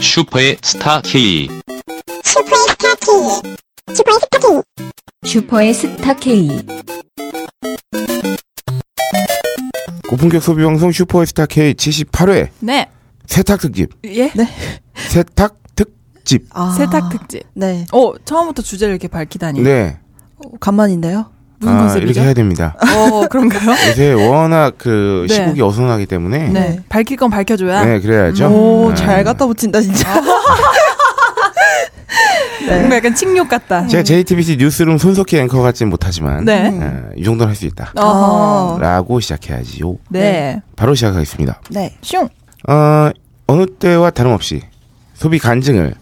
슈퍼의 스타 K. 슈퍼의 스타 K. 슈퍼의 스타 K. 슈퍼의 스타 K. 고품격 소비 방송 슈퍼스타 K 78회 네. 세탁 특집. 예? 세탁 특집. 아, 세탁 특집. 네. 어, 처음부터 주제를 이렇게 밝히다니. 네. 어, 간만인데요. 무슨 아, 컨셉이죠? 이렇게 해야 됩니다. 어, 그런가요? 요새 워낙 그 네. 시국이 어수선하기 때문에 네, 네. 밝힐 건 밝혀줘야. 그래야죠. 오, 네. 잘 갖다 붙인다 진짜. 뭔가 약간 칭욕 같다. 제가 JTBC 뉴스룸 손석희 앵커 같진 못하지만 네. 어, 이 정도는 할 수 있다. 어. 라고 시작해야지요. 네. 바로 시작하겠습니다. 네. 슝. 어, 어느 때와 다름없이 소비 간증을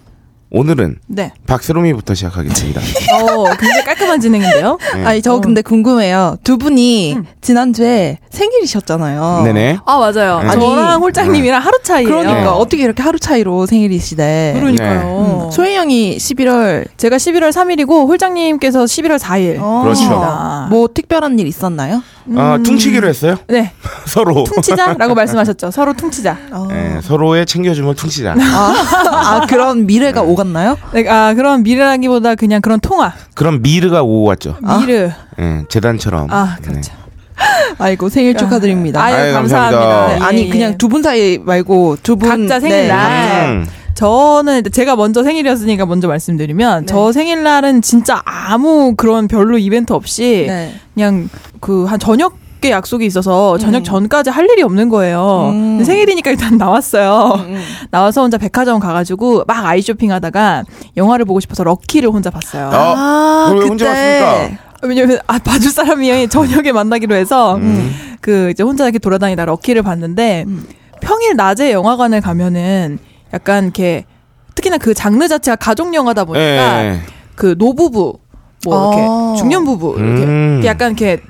오늘은 네. 박스롬이부터 시작하겠습니다. 어, 굉장히 깔끔한 진행인데요. 네. 아니 저 근데 궁금해요. 두 분이 어. 음. 지난주에 생일이셨잖아요. 네네. 아, 맞아요. 네. 저랑 홀장님이랑 하루 차이예요. 그러니까 네. 어떻게 이렇게 하루 차이로 네. 생일이시대. 어. 그러니까요. 소희 형이 11월 음. 제가 11월 3일이고 홀장님께서 11월 4일. 어. 아. 그렇죠. 뭐 특별한 일 있었나요? 아, 퉁치기로 했어요? 네. 서로. 퉁치자라고 말씀하셨죠. 서로 퉁치자. 어. 네, 서로의 챙겨줌을 퉁치자. 아, 아, 그런 미래가 오갔나요? 네, 아, 그런 미래라기보다 그냥 그런 통화. 그럼 미르가 오고 왔죠. 미르. 예, 재단처럼. 아, 그렇죠. 아이고 생일 축하드립니다. 아유, 아유, 감사합니다. 감사합니다. 네, 예, 아니 예. 그냥 두 분 사이 말고 두 분 네. 각자 생일날. 음, 저는 일단 제가 먼저 생일이었으니까 먼저 네. 말씀드리면 저 생일날은 진짜 아무 그런 별로 이벤트 없이 네. 네. 그냥 그 한 저녁 에 약속이 있어서 저녁 전까지 할 일이 없는 거예요. 음. 근데 생일이니까 일단 나왔어요. 나와서 혼자 백화점 가가지고 막 아이 쇼핑하다가 영화를 보고 싶어서 럭키를 혼자 봤어요. 어, 그걸 왜 혼자 왔습니까? 왜냐면 아 봐줄 사람이 저녁에 만나기로 해서 음. 그 이제 혼자 이렇게 돌아다니다 럭키를 봤는데 음. 평일 낮에 영화관을 가면은 약간 이렇게 특히나 그 장르 자체가 가족 영화다 보니까 예, 그 노부부 뭐 이렇게 어. 중년 부부 이렇게 음. 약간 이렇게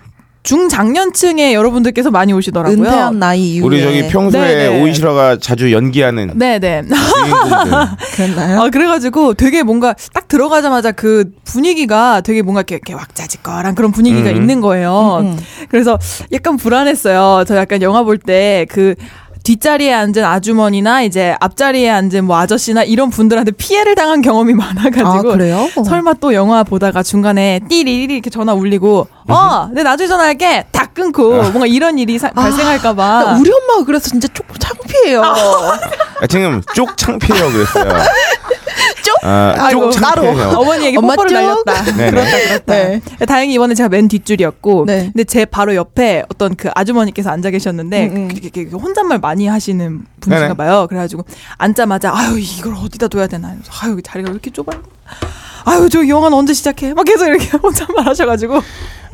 중장년층의 여러분들께서 많이 오시더라고요. 은퇴한 나이 이후에 우리 저기 평소에 네, 네. 오이시러가 자주 연기하는 네네. 주인공들. 그랬나요? 아, 그래가지고 되게 뭔가 딱 들어가자마자 그 분위기가 되게 뭔가 이렇게, 이렇게 왁자지껄한 그런 분위기가 음. 있는 거예요. 음, 음. 그래서 약간 불안했어요. 저 약간 영화 볼 때 그 뒷자리에 앉은 아주머니나 이제 앞자리에 앉은 뭐 아저씨나 이런 분들한테 피해를 당한 경험이 많아가지고 아, 그래요? 설마 또 영화 보다가 중간에 띠리리 이렇게 전화 울리고 어, 내 나중에 전화할게 다 끊고 뭔가 이런 일이 사- 나 발생할까봐 아, 우리 엄마가 아, 그래서 진짜 조금 창피해요. 아, 지금 쪽 창피해요 그랬어요. 쪽? 아, 아이고, 쪽 창피해요. 어머니에게 엄마 뽀뽀를 쪽? 날렸다. 네, 그렇다 그렇다. 네. 다행히 이번에 제가 맨 뒷줄이었고 네. 근데 제 바로 옆에 어떤 그 아주머니께서 앉아 계셨는데 음, 음. 이렇게- 이렇게 혼잣말 많이 하시는 네네. 분이신가 봐요. 그래가지고 앉자마자 아유 이걸 어디다 둬야 되나 하면서 아유 자리가 왜 이렇게 좁아요. 아유 저 영화는 언제 시작해? 막 계속 이렇게 혼잣말 하셔가지고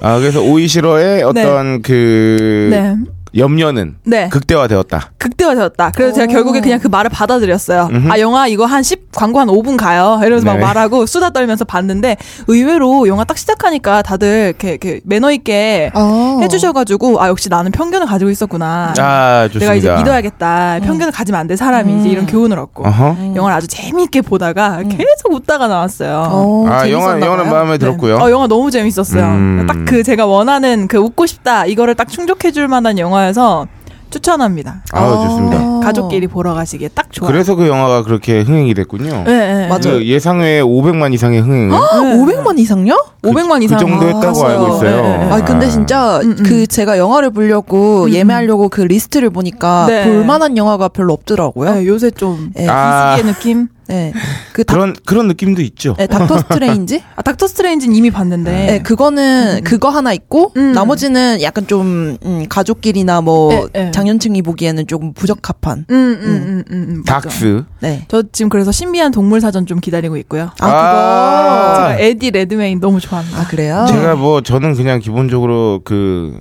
아, 그래서 오이시러의 어떤 그 네. 염려는 네. 극대화되었다. 극대화되었다. 그래서 제가 결국에 그냥 그 말을 받아들였어요. 아, 영화 이거 한 10, 광고 한 5분 가요. 이러면서 막 네. 말하고 수다 떨면서 봤는데 의외로 영화 딱 시작하니까 다들 이렇게, 이렇게 매너 있게 어. 해주셔가지고 아, 역시 나는 편견을 가지고 있었구나. 아, 좋습니다. 음. 내가 이제 믿어야겠다. 편견을 가지면 안 돼, 사람이. 이제 이런 교훈을 얻고. 어허. 영화를 아주 재미있게 보다가 계속 웃다가 나왔어요. 어, 아, 영화 재밌었나 영화는 봐요. 마음에 들었고요. 어, 영화 너무 재밌었어요. 음. 딱 그 제가 원하는 그 웃고 싶다 이거를 딱 충족해줄 만한 영화여서 추천합니다. 아, 좋습니다. 어. 가족끼리 보러 가시기에 딱 좋아요. 그래서 그 영화가 그렇게 흥행이 됐군요. 예, 예, 예. 맞아요. 그 예상외에 500만 이상의 흥행. 아, 500만 이상요? 500만 이상 그 정도 했다고 갔어요. 알고 있어요. 예, 예. 아 근데 진짜 음, 음. 그 제가 영화를 보려고 예매하려고 그 리스트를 보니까 네. 볼만한 영화가 별로 없더라고요. 예, 요새 좀 예. 아. 이시기의 느낌. 네. 그 닥, 그런 그런 느낌도 있죠. 네, 닥터 스트레인지? 아, 닥터 스트레인지는 이미 봤는데. 네. 그거는 그거 하나 있고 음. 나머지는 약간 좀 음, 가족끼리나 뭐 네, 네. 장년층이 보기에는 조금 부적합한. 음, 음, 음, 음, 음, 맞아. 닥스. 네. 저 지금 그래서 신비한 동물 사전 좀 기다리고 있고요. 아, 그거. 아. 제가 에디 레드메인 너무 좋아합니다. 아 그래요? 제가 뭐 저는 그냥 기본적으로 그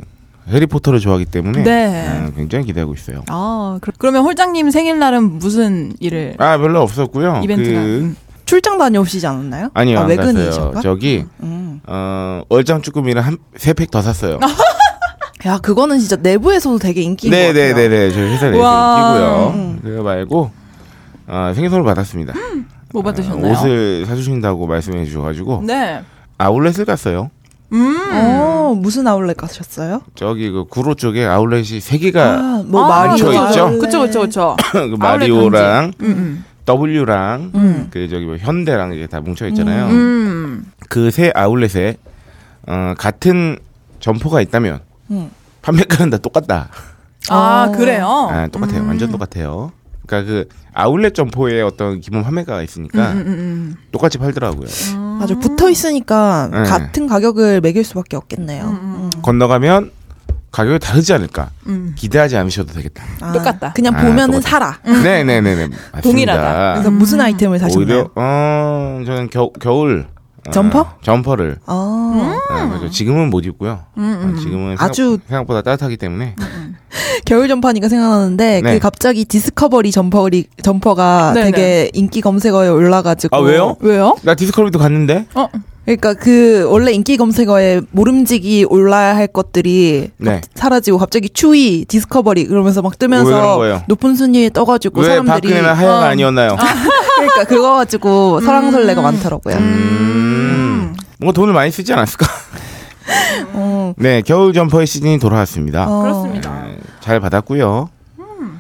해리포터를 좋아하기 때문에 네. 아, 굉장히 기대하고 있어요. 아, 그러, 면 홀장님 생일날은 무슨 일을 아 별로 없었고요. 이벤트가? 그... 음. 출장 다녀오시지 않았나요? 아니요 아, 안 갔어요. 외근이신가? 저기 음. 아, 어 얼짱 쭈꾸미를 한세팩 더 샀어요. 야 그거는 진짜 내부에서도 되게 인기인 것 같아요. 음. 네네네네 저희 회사 내에서 와. 있고요. 그거 말고 어, 생일선물 받았습니다. 뭐 어, 받으셨나요? 옷을 사주신다고 말씀해 주셔가지고 네. 아울렛을 갔어요. 음. 네. 어, 무슨 아울렛 가셨어요? 저기 그 구로 쪽에 아울렛이 세 개가 뭐 아, 말이 그, 근처에 맞아요. 있죠? 그쵸, 그쵸, 그쵸. 그 아울렛 마리오랑 음, 음. W랑 음. 그 저기 뭐 현대랑 이게 다 뭉쳐 있잖아요. 음. 그 세 아울렛에 어, 같은 점포가 있다면 예. 음. 판매가는 다 똑같다. 아, 어. 그래요? 아, 똑같아요. 음. 완전 똑같아요. 그러니까 그 아울렛 점포에 어떤 기본 판매가가 있으니까 음, 음, 똑같이 팔더라고요. 맞아 붙어 있으니까 네. 같은 가격을 매길 수밖에 없겠네요. 음. 건너가면 가격이 다르지 않을까. 음. 기대하지 않으셔도 되겠다. 아, 똑같다. 그냥 아, 보면은 똑같다. 사라. 네네네네. 맞습니다. 음. 동일하다. 그래서 무슨 아이템을 사셨나요? 오히려 어 저는 겨, 겨울 어, 점퍼? 점퍼를 아, 아, 그래서 지금은 못 입고요. 음, 어, 지금은 아주- 생각, 보다 따뜻하기 때문에 겨울 점퍼니까 생각나는데 네. 그 갑자기 디스커버리 점퍼리 점퍼가 네네. 되게 인기 검색어에 올라가지고 아, 왜요? 왜요? 나 디스커버리도 갔는데 어? 그러니까 그 원래 인기 검색어에 모름지기 올라야 할 것들이 네. 사라지고 갑자기 추위 디스커버리 그러면서 막 왜 그런 뜨면서 거예요? 높은 순위에 떠가지고 왜 사람들이 박근혜는 하야가 어. 아니었나요? 그러니까 그거 음. 가지고 사랑설레가 많더라고요. 음. 뭔가 돈을 많이 쓰지 않았을까? 어, 네, 겨울 점퍼의 시즌이 돌아왔습니다. 어, 그렇습니다. 네, 잘 받았고요.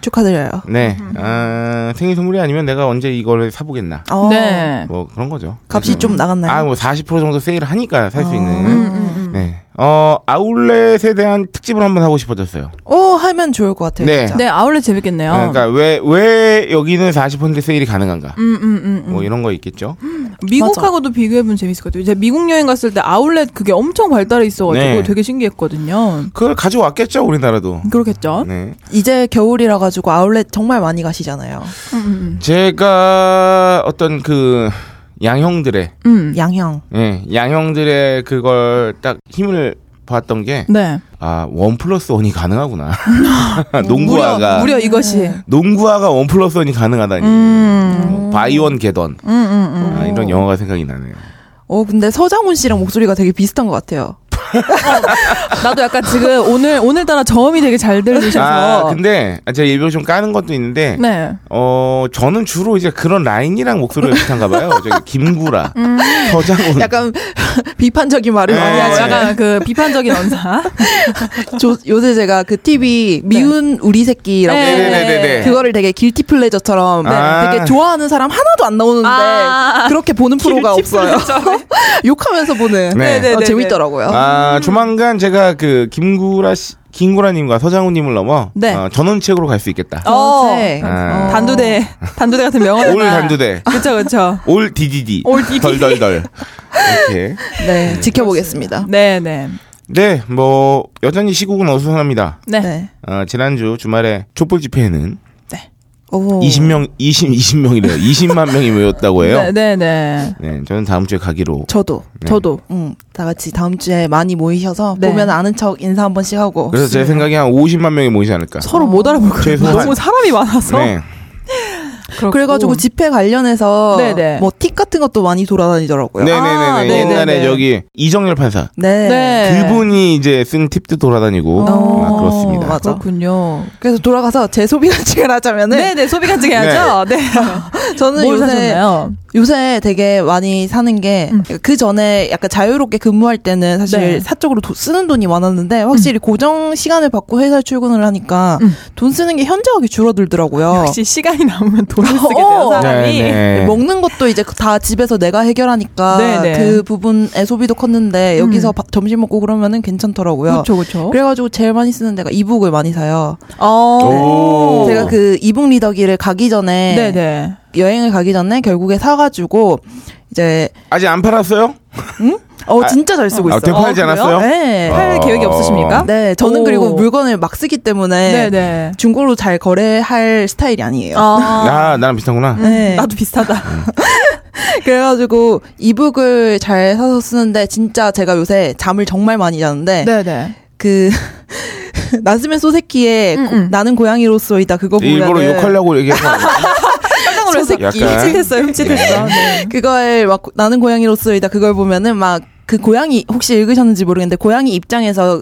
축하드려요. 네, 음. 아, 생일 선물이 아니면 내가 언제 이걸 사보겠나? 어, 네. 뭐 그런 거죠. 값이 좀 나갔나요? 아, 뭐 40% 정도 세일을 하니까 살 수 어. 있는. 네, 어 아울렛에 대한 특집을 한번 하고 싶어졌어요. 오 하면 좋을 것 같아요. 네. 진짜. 네, 아울렛 재밌겠네요. 그러니까 왜 왜 여기는 40% 세일이 가능한가? 음, 음, 음, 음. 뭐 이런 거 있겠죠. 미국하고도 비교해보면 재밌을 것 같아요. 제가 미국 여행 갔을 때 아울렛 그게 엄청 발달해 있어가지고 네. 되게 신기했거든요. 그걸 가져왔겠죠 우리나라도. 그렇겠죠? 네. 이제 겨울이라 가지고 아울렛 정말 많이 가시잖아요. 음, 음, 제가 어떤 그 양형들의 음. 음. 양형. 예, 양형들의 그걸 딱 힘을 봤던 네. 게아원 플러스 원이 가능하구나. 농구화가 무려, 무려 이것이. 네. 농구화가 원 플러스 원이 가능하다니. 음. 뭐 바이원 개던 음, 음, 음. 아, 이런 영화가 생각이 나네요. 어 근데 서장훈 씨랑 목소리가 되게 비슷한 것 같아요. 나도 약간 지금 오늘, 오늘따라 저음이 되게 잘 들리셔서. 아 근데 제가 일부러 좀 까는 것도 있는데 네. 어 저는 주로 이제 그런 라인이랑 목소리가 비슷한가 봐요. 저기 김구라, 음. 서장훈. 약간 비판적인 말을 음. 네. 많이 어, 하죠. 약간 그 비판적인 언사. 조- 요새 제가 그 TV 미운 우리 새끼라고 네, 네, 네, 네. 그거를 되게 길티 플레저처럼 네, 아. 되게 좋아하는 사람 하나도 안 나오는데 아. 그렇게 보는 프로가 없어요. 욕하면서 보는 네. 네, 어, 네, 재밌더라고요. 음. 아 조만간 제가 그 김구라 씨, 김구라님과 서장훈님을 넘어 네. 어, 전원책으로 갈 수 있겠다. 어. 네. 아. 단두대, 단두대 같은 명언. 올 단두대. 그쵸, 그쵸. 올 DDD. 올 DDD. 덜덜덜. 이렇게. 네, 지켜보겠습니다. 네, 네. 네, 뭐 여전히 시국은 어수선합니다. 네. 네. 어, 지난주 주말에 촛불 집회에는 오. 20명, 20, 20명이래요. 20만 명이 모였다고 해요. 네, 네, 네. 네, 저는 다음 주에 가기로. 저도. 네. 저도. 음, 다 같이 다음 주에 많이 모이셔서 네. 보면 아는 척 인사 한 번씩 하고. 그래서 제 생각에 한 50만 명이 모이지 않을까. 서로 못 어. 알아볼 거예요. 최소한. 너무 사람이 많아서. 네. 그렇고. 그래가지고 집회 관련해서 네, 네. 뭐 틱 같은 것도 많이 돌아다니더라고요. 네네네. 아, 네 네네네. 옛날에 저기 이정열 판사. 네. 네. 그분이 이제 쓴 팁도 돌아다니고. 어. 아, 그렇습니다. 맞아. 그렇군요. 그래서 돌아가서 제 소비 관측을 하자면은 네, 네, 소비 간증해야죠. 네. 저는 뭘 요새 사셨나요? 음. 요새 되게 많이 사는 게 그 전에 약간 자유롭게 근무할 때는 사실 네. 음. 사적으로 도- 쓰는 돈이 많았는데 확실히 고정 시간을 받고 회사에 출근을 하니까 돈 쓰는 게 현저하게 줄어들더라고요. 역시 시간이 남으면 돈을 쓰게 돼요, 어. 사람이. 네네. 먹는 것도 이제 그 다 집에서 내가 해결하니까 네, 네. 그 부분에 소비도 컸는데 여기서 밥- 점심 먹고 그러면은 괜찮더라고요. 그렇죠, 그렇죠. 그래가지고 제일 많이 쓰는 데가 이북을 많이 사요. 어. 오. 제가 그 이북 리더기를 가기 전에 네, 네. 여행을 가기 전에 결국에 사가지고 이제 아직 안 팔았어요? 어 진짜 잘 쓰고 아, 있어요. 되팔지 어, 그래요? 않았어요? 네. 아. 팔 계획이 없으십니까? 네, 저는 오. 그리고 물건을 막 쓰기 때문에 네, 네. 중고로 잘 거래할 스타일이 아니에요. 아. 나, 나랑 비슷하구나. 네. 나도 비슷하다. 그래가지고 이북을 잘 사서 쓰는데 진짜 제가 요새 잠을 정말 많이 자는데 네, 네. 그 나스메 소세키의 음, 고- 음. 나는 고양이로서이다 그거 보면 일부러 욕하려고 얘기해서. 깜짝 놀랐어. 소세끼. 약간. 흠칫했어요, 흠칫했어. 네. 그걸 막 나는 고양이로서이다 그걸 보면은 막 그 고양이 혹시 읽으셨는지 모르겠는데 고양이 입장에서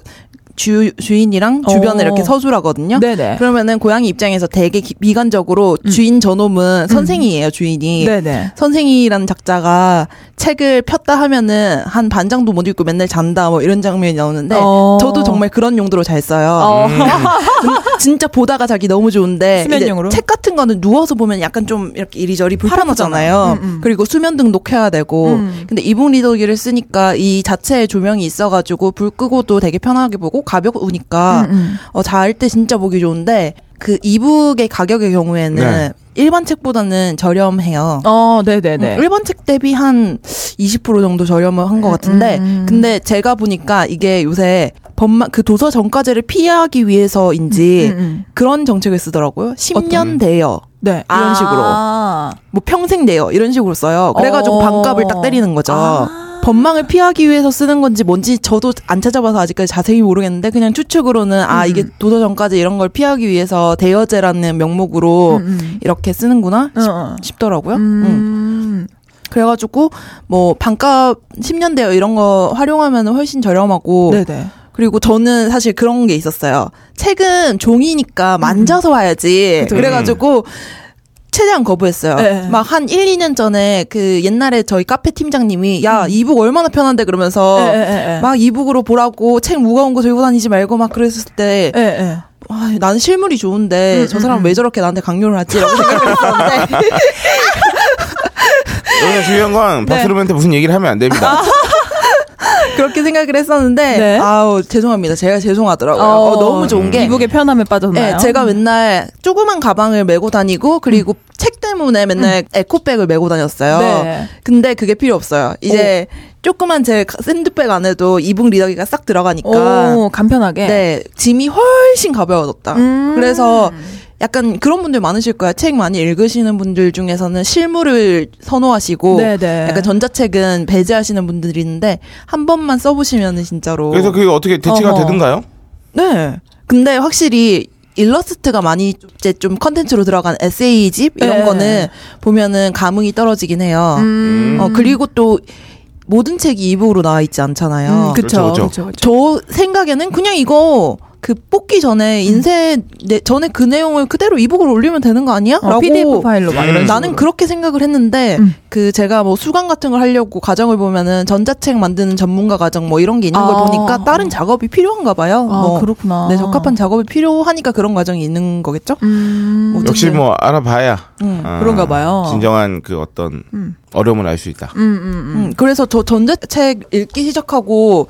주, 주인이랑 주변을 어. 이렇게 서술하거든요. 네네. 음. 그러면은 고양이 입장에서 되게 기- 미간적으로 주인 저놈은 선생이에요, 주인이. 네네. 선생이라는 작자가 책을 폈다 하면은 한 반장도 못 읽고 맨날 잔다 뭐 이런 장면이 나오는데 어. 저도 정말 그런 용도로 잘 써요. 음. 어. 진- 진짜 보다가 자기 너무 좋은데 이제 수면용으로? 책 같은 거는 누워서 보면 약간 좀 이렇게 이리저리 불편하잖아요. 음, 음. 그리고 수면 등록해야 되고 음. 근데 이북 리더기를 쓰니까 이 자체의 조명이 있어가지고 불 끄고도 되게 편하게 보고 가벼우니까 음, 음. 어, 잘 때 진짜 보기 좋은데 그 이북의 가격의 경우에는 네. 일반 책보다는 저렴해요. 어, 네네네. 음, 일반 책 대비 한 20% 정도 저렴을 음, 한 것 같은데, 근데 제가 보니까 이게 요새 법만 그 도서 정가제를 피하기 위해서인지 음, 음. 그런 정책을 쓰더라고요. 10년 대여, 네. 이런 식으로. 아. 뭐 평생 대여 이런 식으로 써요. 그래가지고 어. 아. 반값을 딱 때리는 거죠. 법망을 피하기 위해서 쓰는 건지 뭔지 저도 안 찾아봐서 아직까지 자세히 모르겠는데 그냥 추측으로는 음, 아 이게 도서 정가제 이런 걸 피하기 위해서 대여제라는 명목으로 음. 이렇게 쓰는구나 어, 어. 싶, 더라고요 음. 그래가지고 뭐 반값 10년 대여 이런 거 활용하면 훨씬 저렴하고 네네. 그리고 저는 사실 그런 게 있었어요. 책은 종이니까 만져서 와야지. 음. 그죠. 그래가지고 최대한 거부했어요. 네. 막 한 1, 2년 전에 그 옛날에 저희 카페 팀장님이 음. 야 이북 얼마나 편한데 그러면서 예, 예, 예. 막 이북으로 보라고 책 무거운 거 들고 다니지 말고 막 그랬을 때 예, 예. 아, 난 실물이 좋은데 음, 저 사람 왜 저렇게 나한테 강요를 하지라고 어. 생각했었는데 여기서 중요한 건 네. 박수로한테 무슨 얘기를 하면 안 아, 됩니다. 그렇게 생각을 했었는데 네. 아우 죄송합니다. 제가 죄송하더라고요. 어, 어, 너무 좋은 게 이북의 편함에 빠졌나요? 네, 제가 맨날 조그만 가방을 메고 다니고 그리고 책 때문에 맨날 에코백을 메고 다녔어요. 네. 근데 그게 필요 없어요. 이제 조그만 제 가- 샌드백 안에도 이북 리더기가 싹 들어가니까 오, 간편하게. 그러니까 네, 짐이 훨씬 가벼워졌다. 음. 그래서 약간 그런 분들 많으실 거야. 책 많이 읽으시는 분들 중에서는 실물을 선호하시고 네네. 약간 전자책은 배제하시는 분들이 있는데 한 번만 써보시면은 진짜로 그래서 그게 어떻게 대체가 어허. 되든가요? 네. 근데 확실히 일러스트가 많이 이제 좀 컨텐츠로 들어간 에세이집 이런 네. 음. 거는 보면은 감흥이 떨어지긴 해요. 어, 그리고 또 모든 책이 이북으로 나와 있지 않잖아요. 음, 그쵸. 그쵸, 그쵸, 그쵸. 저 생각에는 그냥 이거 그 뽑기 전에 음. 인쇄 내, 전에 그 내용을 그대로 이북으로 올리면 되는 거 아니야? 어, 음. 라고 PDF 파일로 막 이런 음. 나는 그렇게 생각을 했는데 그 제가 뭐 수강 같은 걸 하려고 과정을 보면은 전자책 만드는 전문가 과정 뭐 이런 게 있는 걸 아. 보니까 다른 작업이 필요한가 봐요. 아, 뭐 그렇구나. 네, 적합한 작업이 필요하니까 그런 과정이 있는 거겠죠? 음. 어쨌든. 역시 뭐 알아봐야 음, 아, 네. 그런가 봐요. 진정한 그 어떤 음. 어려움을 알 수 있다. 음, 음, 음, 그래서 저 전자책 읽기 시작하고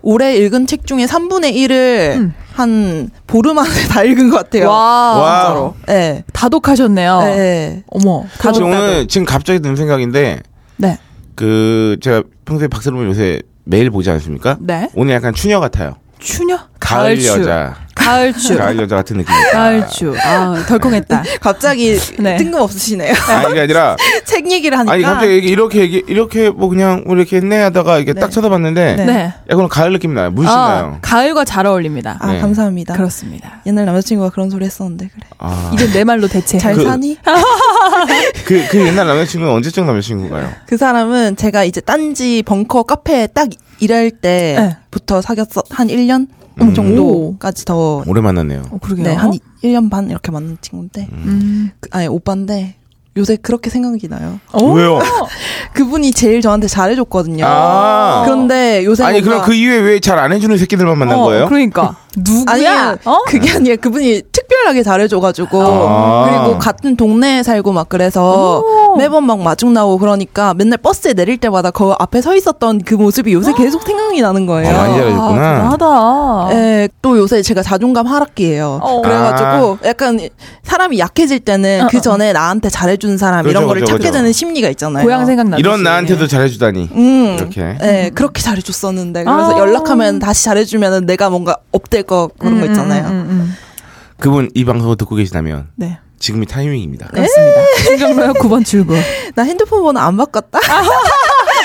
올해 읽은 책 중에 3분의 1을 음. 한 보름 안에 다 읽은 것 음. 같아요. 와. 와우. 네. 다독하셨네요. 네. 어머. 혹시 다독, 다독. 오늘 지금 갑자기 든 생각인데 네. 그 제가 평소에 박세롬을 요새 매일 보지 않습니까? 네. 오늘 약간 추녀 같아요. 추녀? 가을 가을추. 여자, 가을추. 가을 여자 같은 느낌이다. 가을추. 아, 덜컹했다. 갑자기 네. 뜬금없으시네요. 아니 이게 아니라 책 얘기를 하니까. 아니 갑자기 이게 이렇게 얘기- 이렇게 뭐 그냥 뭐 이렇게 했네 하다가 이게 딱 쳐다봤는데 네. 약간 가을 느낌 나요. 물씬 아, 나요. 가을과 잘 어울립니다. 아, 네. 감사합니다. 그렇습니다. 옛날 남자친구가 그런 소리 했었는데 그래. 아. 이제 내 말로 대체. 잘 그- 사니? 그, 그 옛날 남자친구는 언제쯤 남자친구가요? 그 사람은 제가 이제 딴지 벙커 카페에 딱 일할 때부터 사귀었어 한 1년 음. 정도까지 더 오래 만났네요. 어, 그러게요. 네, 한 1년 반 이렇게 만난 친구인데 음. 그- 아니 오빠인데 요새 그렇게 생각이 나요. 오! 왜요? 그분이 제일 저한테 잘해줬거든요. 아. 그런데 요새 아니 뭔가- 그럼 그 이후에 왜 잘 안 해주는 새끼들만 만난 어, 거예요? 그러니까. 누구야? 아니야 어? 그게 아니라 그분이 특별하게 잘해줘가지고 아. 그리고 같은 동네에 살고 막 그래서 오. 매번 막 마중 나오고 그러니까 맨날 버스에 내릴 때마다 그 앞에 서 있었던 그 모습이 요새 계속 생각이 나는 거예요. 어, 많이 아, 잘해줬구나. 대단하다. 예, 또 요새 제가 자존감 하락기예요. 어. 그래가지고 약간 사람이 약해질 때는 그 전에 나한테 잘해준 사람 그죠, 이런 거를 그죠, 찾게 그죠. 되는 심리가 있잖아요. 그렇죠, 고향 생각나지. 예. 네. 이런 나한테도 잘해주다니. 음. 이렇게. 네, 그렇게 잘해줬었는데 그래서 아. 연락하면 다시 잘해주면 내가 뭔가 업될 거 그런 거 있잖아요. 음, 음, 음. 그분 이 방송을 듣고 계시다면 네. 지금이 타이밍입니다. 그렇습니다. 충정로역 9번 출구. 나 핸드폰 번호 안 바꿨다.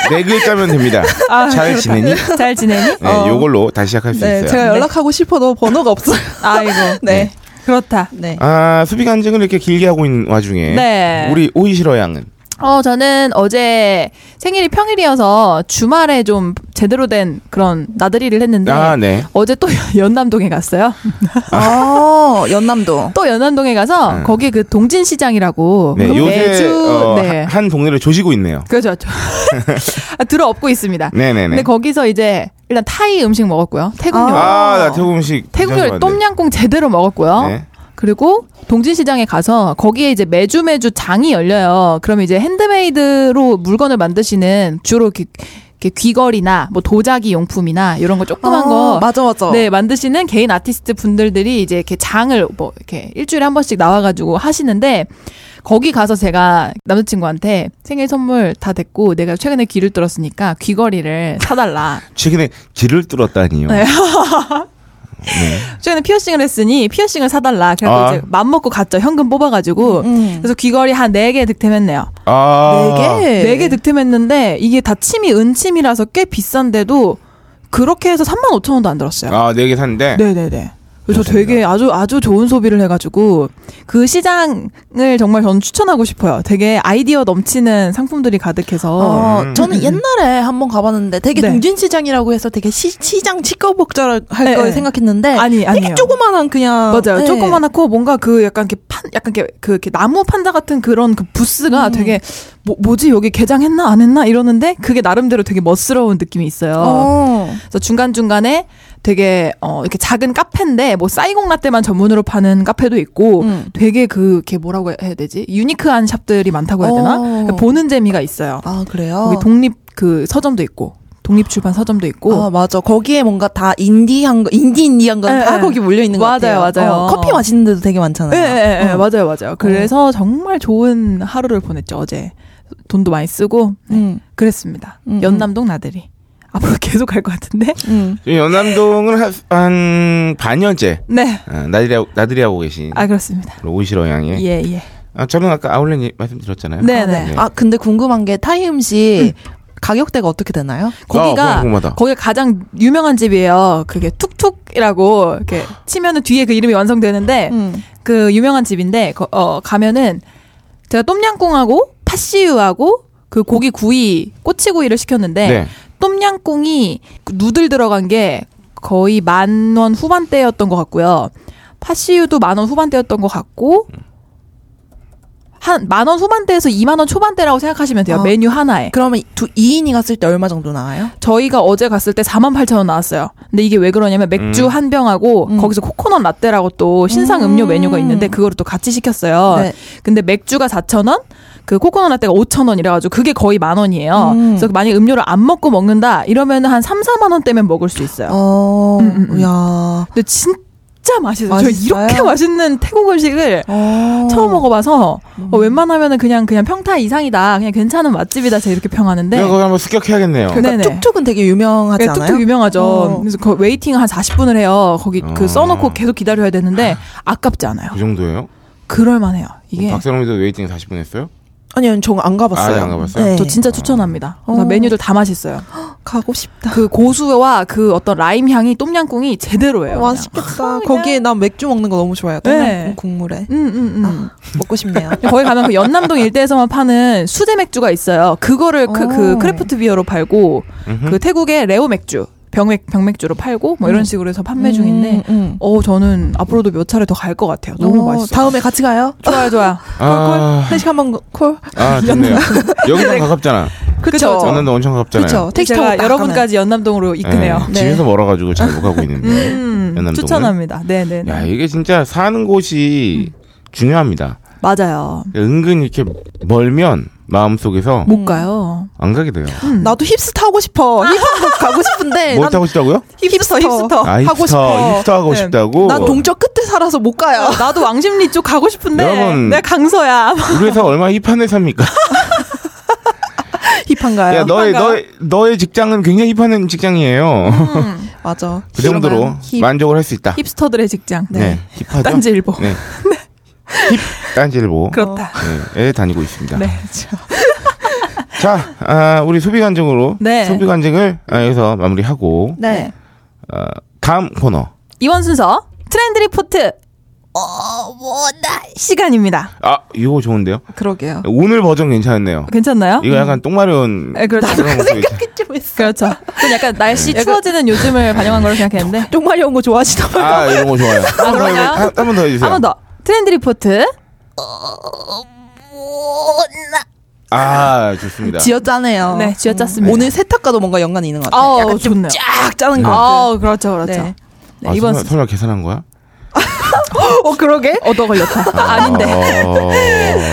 네 글자면 됩니다. 아, 잘 그렇다. 지내니? 잘 지내니? 어, 네, 요걸로 다시 시작할 수 네, 있어요. 제가 연락하고 싶어도 번호가 없어요. 아이고. 네, 그렇다. 네. 아 수비 간증을 이렇게 길게 하고 있는 와중에 네. 우리 오이시러 양은 어, 저는 어제 생일이 평일이어서 주말에 좀 제대로 된 그런 나들이를 했는데 아, 네. 어제 또 연남동에 갔어요. 아, 연남도. 또 연남동에 가서 음. 거기 그 동진시장이라고 네, 그 요새 매주 어, 네. 한 동네를 조지고 있네요. 그렇죠. 아, 들어엎고 있습니다. 네네네. 근데 거기서 이제 일단 타이 음식 먹었고요. 태국요. 아, 나 태국 음식. 태국 괜찮은 요리 것 같네. 똠양꿍 제대로 먹었고요. 네. 그리고 동진시장에 가서 거기에 이제 매주 매주 장이 열려요. 그러면 이제 핸드메이드로 물건을 만드시는 주로 이렇게, 이렇게 귀걸이나 뭐 도자기 용품이나 이런 거 조그만 아, 거 맞아, 맞아. 네, 만드시는 개인 아티스트 분들들이 이제 이렇게 장을 뭐 이렇게 일주일에 한 번씩 나와가지고 하시는데 거기 가서 제가 남자친구한테 생일 선물 다 됐고 내가 최근에 귀를 뚫었으니까 귀걸이를 사달라. 최근에 길을 뚫었다니요. 네. 네. 최근에 피어싱을 했으니 피어싱을 사달라. 그래서 아. 이제 맘 먹고 갔죠. 현금 뽑아가지고. 음. 그래서 귀걸이 한 네 개 득템했네요. 아. 네 개 득템했는데 이게 다 침이 은침이라서 꽤 비싼데도 그렇게 해서 3만 5천 원도 안 들었어요. 아, 네 개 샀는데. 네네네. 그래서 맞습니다. 되게 아주 아주 좋은 소비를 해가지고 그 시장을 정말 저는 추천하고 싶어요. 되게 아이디어 넘치는 상품들이 가득해서 어, 음. 저는 옛날에 한번 가봤는데 되게 네. 동진시장이라고 해서 되게 시, 시장 치꺼벅절 할 네, 걸 네. 생각했는데 아니 아니에요. 되게 조그만한 그냥 맞아요. 네. 조그만하고 뭔가 그 약간 이렇게 판 약간 이렇게 그 이렇게 나무 판자 같은 그런 그 부스가 음. 되게 뭐, 뭐지 여기 개장했나 안 했나 이러는데 그게 나름대로 되게 멋스러운 느낌이 있어요. 어. 그래서 중간중간에 되게 어 이렇게 작은 카페인데 뭐 사이공 라떼만 전문으로 파는 카페도 있고 음. 되게 그 이렇게 뭐라고 해야 되지 유니크한 샵들이 많다고 해야 되나 어. 보는 재미가 있어요. 아 그래요. 거기 독립 그 서점도 있고 독립 출판 서점도 있고 아 맞아. 거기에 뭔가 다 인디한 거, 인디 인디한 건 다 예, 예. 거기 몰려 있는 것 맞아요, 같아요. 맞아요. 어, 커피 마시는 데도 되게 예, 예, 많잖아요. 어. 예, 맞아요, 맞아요. 그래서 정말 좋은 하루를 보냈죠 어제. 돈도 많이 쓰고 네, 음. 그랬습니다. 음, 음. 연남동 나들이 앞으로 계속 갈 것 같은데. 음. 지금 연남동을 한, 한 반년째 네, 아, 나들이 하고, 나들이 하고 계신 아 그렇습니다. 오이시러 양이. 예, 예. 아, 저는 아까 아울렛 예- 말씀드렸잖아요. 네, 아, 네. 아 근데 궁금한 게 타이 음식 가격대가 어떻게 되나요? 그거 거기가 궁금하다. 거기가 가장 유명한 집이에요. 그게 툭툭이라고 이렇게 치면은 뒤에 그 이름이 완성되는데 음. 그 유명한 집인데 거- 어, 가면은 제가 똠양꿍하고 팥씨유하고 그 고기 구이 꼬치구이를 시켰는데 네. 똠양꿍이 그 누들 들어간 게 거의 만 원 후반대였던 것 같고요. 팥씨유도 만 원 후반대였던 것 같고 한 만 원 후반대에서 2만 원 초반대라고 생각하시면 돼요. 아. 메뉴 하나에. 그러면 두 2인이 갔을 때 얼마 정도 나와요? 저희가 어제 갔을 때 4만 8천 원 나왔어요. 근데 이게 왜 그러냐면 맥주 음. 한 병하고 음. 거기서 코코넛 라떼라고 또 신상 음. 료 메뉴가 있는데 그거를 또 같이 시켰어요. 네. 근데 맥주가 4천 원, 그 코코넛 라떼가 5천 원이라가지고 그게 거의 만 원이에요. 음. 그래서 만약 음료를 안 먹고 먹는다 이러면 한 3, 4만 원대면 먹을 수 있어요. 어, 음, 음, 음. 야. 근데 진짜 맛있어요. 저 맛있어요? 이렇게 맛있는 태국 음식을 어. 처음 먹어봐서 어, 웬만하면은 그냥 그냥 평타 이상이다, 그냥 괜찮은 맛집이다 제가 이렇게 평하는데 내가 거기 한번 습격해야겠네요. 네. 그- 그러니까 네네. 툭툭은 되게 유명하지 네, 않아요? 툭툭 유명하죠. 어. 그래서 그 웨이팅 한 40분을 해요. 거기 어. 그 써놓고 계속 기다려야 되는데 아깝지 않아요. 그 정도예요? 그럴만해요. 이게 어, 박세롬이도 웨이팅 40분 했어요? 아니요, 저안 가봤어요. 네. 아직 안 가봤어요? 저 진짜 추천합니다. 어. 그래서 메뉴들 다 맛있어요. 가고 싶다. 그 고수와 그 어떤 라임 향이 똠양꿍이 제대로예요. 그냥. 맛있겠다. 거기에 난 맥주 먹는 거 너무 좋아요. 네. 아, 네. 국물에 음, 음, 음. 먹고 싶네요. 거기 가면 그 연남동 일대에서만 파는 수제 맥주가 있어요. 그거를 그, 그 어. 크래프트 비어로 팔고 음흠. 그 태국의 레오 맥주 병맥 병맥주로 팔고 뭐 이런 식으로 해서 판매 중인데 음, 음. 어 저는 앞으로도 몇 차례 더 갈 것 같아요. 너무 어, 맛있어. 다음에 같이 가요. 좋아요, 좋아요. 아, 한 시간 만 콜. 아, 좋네요. 여기서 가깝잖아. 그쵸, 어. 그쵸. 연남동 엄청 가깝잖아요. 그렇죠. 택시 타고 제가 딱 여러분까지 연남동으로 이끄네요. 네, 집에서 멀어가지고 잘 못 가고 있는데. 음, 연남동은? 추천합니다. 음. 네, 네, 야, 네. 이게 진짜 사는 곳이 중요합니다. 맞아요. 은근 이렇게 멀면 마음속에서 못 가요. 안 가게 돼요. 음. 가네. 나도 힙스 타고 싶어. 힙합 가고 싶은데 뭘 난 타고 싶다고요? 힙스터 힙스터. 아, 하고 힙스터, 싶어. 힙스터 하고 어, 네. 싶다고. 난 동쪽 끝에 살아서 못 가요. 어, 나도 왕십리 쪽 가고 싶은데 여러분. 내가 강서야. 우리 회사 얼마나 힙한 회사입니까? 아, 힙한가요? 야, 너의, 힙한가요? 너의, 너의 직장은 굉장히 힙한 직장이에요. 맞아. 그 정도로 그러면 힙. 만족을 할 수 있다. 음, 힙스터들의 직장. 네. 힙하죠? 딴지일보. 네. 힙, 딴지일보. 그렇다. 네, 에 다니고 있습니다. 네. 자, 자, 아, 우리 소비 간증으로 네. 소비 간증을 아, 여기서 마무리하고 네. 어, 다음 코너 이번 순서 트렌드 리포트. 어머나 시간입니다. 아 이거 좋은데요? 그러게요. 오늘 버전 괜찮네요. 괜찮나요? 이거 약간 똥마려운 예, 그렇죠. 그런 모습이 있- 좀 있어. 그렇죠. 좀 약간 날씨 네. 추워지는 요즘을 반영한 걸로 생각했는데. 정말 이런 거 좋아하시나 봐요. 아 이런 거 좋아요. 그러냐? 한번 더 해주세요. 한 번 더. 트렌드 리포트. 아 좋습니다. 지었잖아요. 네, 음. 쥐어짰습니다. 오늘 세탁과도 뭔가 연관이 있는 것 같아요. 아우, 약간 좀 좋네요. 쫙 짜는 거. 아, 그렇죠, 그렇죠. 네. 네, 아, 이번 설마, 설마 계산한 거야? 어 그러게. 얻어 걸렸다. 아닌데. 네.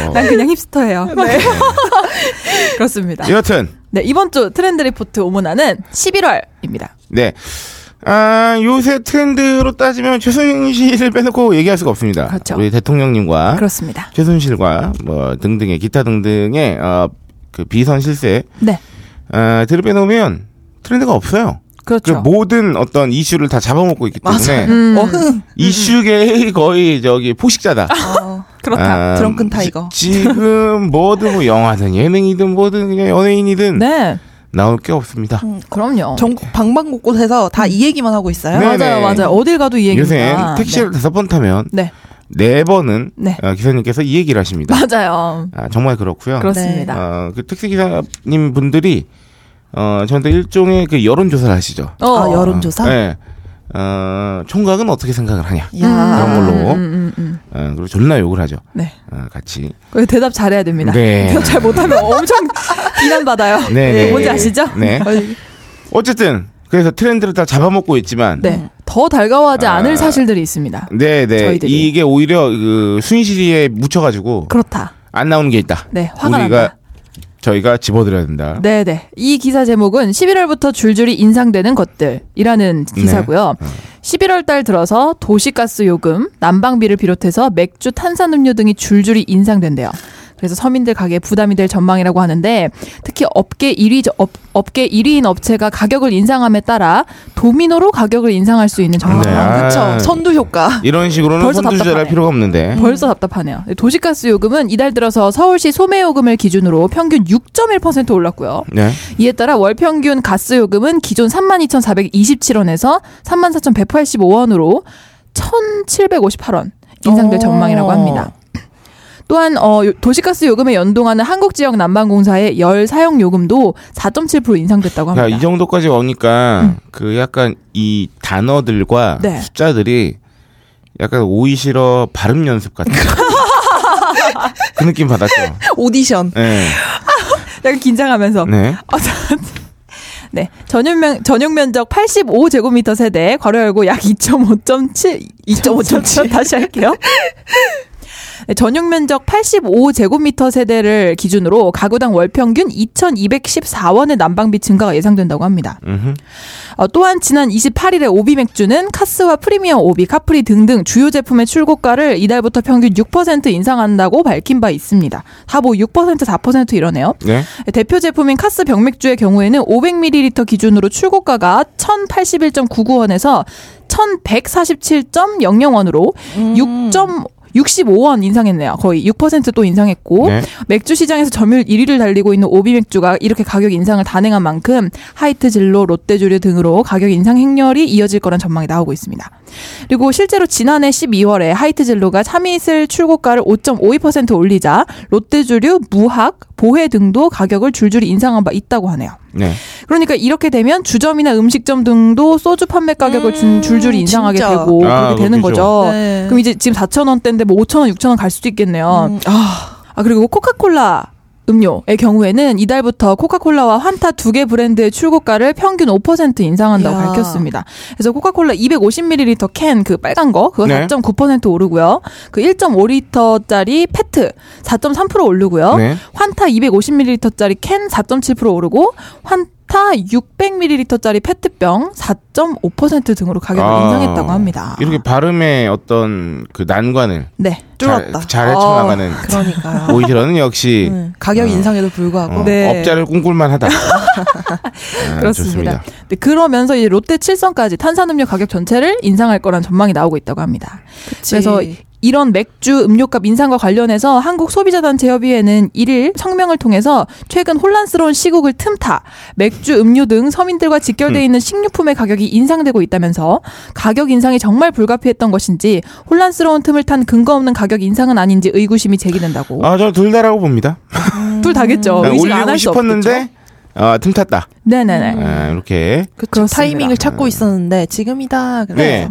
어. 난 그냥 힙스터예요. 그렇습니다. 여튼 네, 이번 주 트렌드 리포트 오문화는 11월입니다. 네. 아, 요새 트렌드로 따지면 최순실을 빼놓고 얘기할 수가 없습니다. 그렇죠. 우리 대통령님과 그렇습니다. 최순실과 뭐 등등의 기타 등등의 어, 그 비선 실세 네. 아, 들을 빼놓으면 트렌드가 없어요. 그 그렇죠. 모든 어떤 이슈를 다 잡아먹고 있기 때문에 음, 아, 어흥. 이슈계의 거의 저기 포식자다. 그렇다. 아, 드렁큰 타이거. 지, 지금 뭐든 뭐 영화든 예능이든 뭐든 그냥 연예인이든 네. 음, 나올 게 없습니다. 그럼요. 전국 방방곳곳에서 다 이 얘기만 하고 있어요. 네. 맞아요, 맞아요. 어딜 가도 이 요새 얘기입니다. 택시를 다섯 번 타면 네. 네 번은 네. 어, 기사님께서 이 얘기를 하십니다. 네. 맞아요. 아, 정말 그렇고요. 그렇습니다. 어, 그 택시 기사님 분들이 어, 저한테 일종의 그 여론 조사를 하시죠. 어. 아 여론조사. 네. 어, 총각은 어떻게 생각을 하냐. 야. 그런 걸로. 음, 음, 음. 어, 그리고 존나 욕을 하죠. 네. 어, 같이. 그 대답 잘해야 됩니다. 네. 대답 잘 못하면 엄청 비난받아요. 네, 네. 뭔지 아시죠? 네. 어이, 어쨌든 그래서 트렌드를 다 잡아먹고 있지만 네. 더 달가워하지 아. 않을 사실들이 있습니다. 네, 네. 저희들이. 이게 오히려 그 순실이에 묻혀가지고 그렇다. 안 나오는 게 있다. 네, 화가 우리가 난다. 저희가 집어드려야 된다. 네네. 이 기사 제목은 11월부터 줄줄이 인상되는 것들이라는 기사고요. 11월 달 들어서 도시가스 요금, 난방비를 비롯해서 맥주, 탄산음료 등이 줄줄이 인상된대요. 그래서 서민들 가게에 부담이 될 전망이라고 하는데 특히 업계 1위 업, 업계 1위인 업체가 가격을 인상함에 따라 도미노로 가격을 인상할 수 있는 아, 전망. 네. 아. 그쵸. 선두 효과. 이런 식으로는 벌써 선두주자할 답답하네. 음. 필요가 없는데. 벌써 답답하네요. 도시가스 요금은 이달 들어서 서울시 소매요금을 기준으로 평균 6.1% 올랐고요. 네. 이에 따라 월 평균 가스 요금은 기존 32,427원에서 34,185원으로 1,758원 인상될 오. 전망이라고 합니다. 또한 어, 요- 도시가스 요금에 연동하는 한국지역 난방공사의 열 사용 요금도 4.7% 인상됐다고 그러니까 이 합니다. 정도까지 오니까 그 약간 이 단어들과 네. 숫자들이 약간 오이 싫어 발음 연습 같은 그 느낌 받았죠. 오디션. 네. 약간 긴장하면서 네. 어, 전- 네. 전용면, 전용 면적 85제곱미터 세대, 괄호 열고 약 2.5.7, 2.5.7, 다시 할게요. 네, 전용 면적 85제곱미터 세대를 기준으로 가구당 월 평균 2,214원의 난방비 증가가 예상된다고 합니다. 음흠. 어, 또한 지난 28일에 오비 맥주는 카스와 프리미엄 오비, 카프리 등등 주요 제품의 출고가를 이달부터 평균 6% 인상한다고 밝힌 바 있습니다. 다 뭐 6% 4% 이러네요. 네. 대표 제품인 카스 병맥주의 경우에는 500ml 기준으로 출고가가 1,081.99원에서 1,147.00원으로 6. 65원 인상했네요. 거의 6%또 인상했고 네. 맥주 시장에서 점유율 1위를 달리고 있는 오비 맥주가 이렇게 가격 인상을 단행한 만큼 하이트 진로, 롯데주류 등으로 가격 인상 행렬이 이어질 거란 전망이 나오고 있습니다. 그리고 실제로 지난해 12월에 하이트 진로가 참이슬 출고가를 5.52% 올리자 롯데주류, 무학, 보혜 등도 가격을 줄줄이 인상한 바 있다고 하네요. 네. 그러니까 이렇게 되면 주점이나 음식점 등도 소주 판매 가격을 줄- 줄줄이 인상하게 음, 진짜. 되고 그렇게 아, 되는 그렇겠죠. 거죠. 네. 그럼 이제 지금 4,000원대인데 뭐 5,000원, 6,000원 갈 수도 있겠네요. 음, 아, 아 그리고 코카콜라 음료의 경우에는 이달부터 코카콜라와 환타 두 개 브랜드의 출고가를 평균 5% 인상한다고 야. 밝혔습니다. 그래서 코카콜라 250ml 캔 그 빨간 거 그거 네. 4.9% 오르고요. 그 1.5리터짜리 페트 4.3% 오르고요. 네. 환타 250ml짜리 캔 4.7% 오르고 환타 600ml짜리 페트병 4.5% 등으로 가격을 아, 인상했다고 합니다. 이렇게 발음의 어떤 그 난관을 네. 뚫었다. 잘, 잘 헤쳐나가는 그러니까. 오이 싫어는 역시 음, 가격 인상에도 불구하고 어, 네. 업자를 꿈꿀만하다. 네, 그렇습니다. 네, 그러면서 이제 롯데 칠성까지 탄산음료 가격 전체를 인상할 거란 전망이 나오고 있다고 합니다. 그래서 이런 맥주 음료값 인상과 관련해서 한국 소비자단체협의회는 1일 성명을 통해서 최근 혼란스러운 시국을 틈타 맥주, 음료 등 서민들과 직결되어 있는 식료품의 가격이 인상되고 있다면서 가격 인상이 정말 불가피했던 것인지 혼란스러운 틈을 탄 근거 없는 가격 인상은 아닌지 의구심이 제기된다고. 아, 저 둘 다라고 봅니다. 둘 다겠죠. 그냥 어, 의심 올리고 안할수 없겠죠. 싶었는데 아, 틈탔다. 네네네. 아, 이렇게. 그쵸, 음, 그렇습니다. 타이밍을 찾고 있었는데 지금이다. 그래서 음. 네.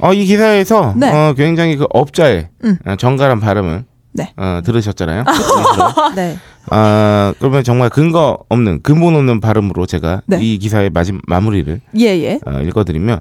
어, 이 기사에서 네. 어, 굉장히 그 업자의 음. 어, 정갈한 발음을 네. 어, 들으셨잖아요. 그렇죠? 네. 아, 그러면 정말 근거 없는 근본 없는 발음으로 제가 네. 이 기사의 마지막 마무리를 예예. 어, 읽어드리면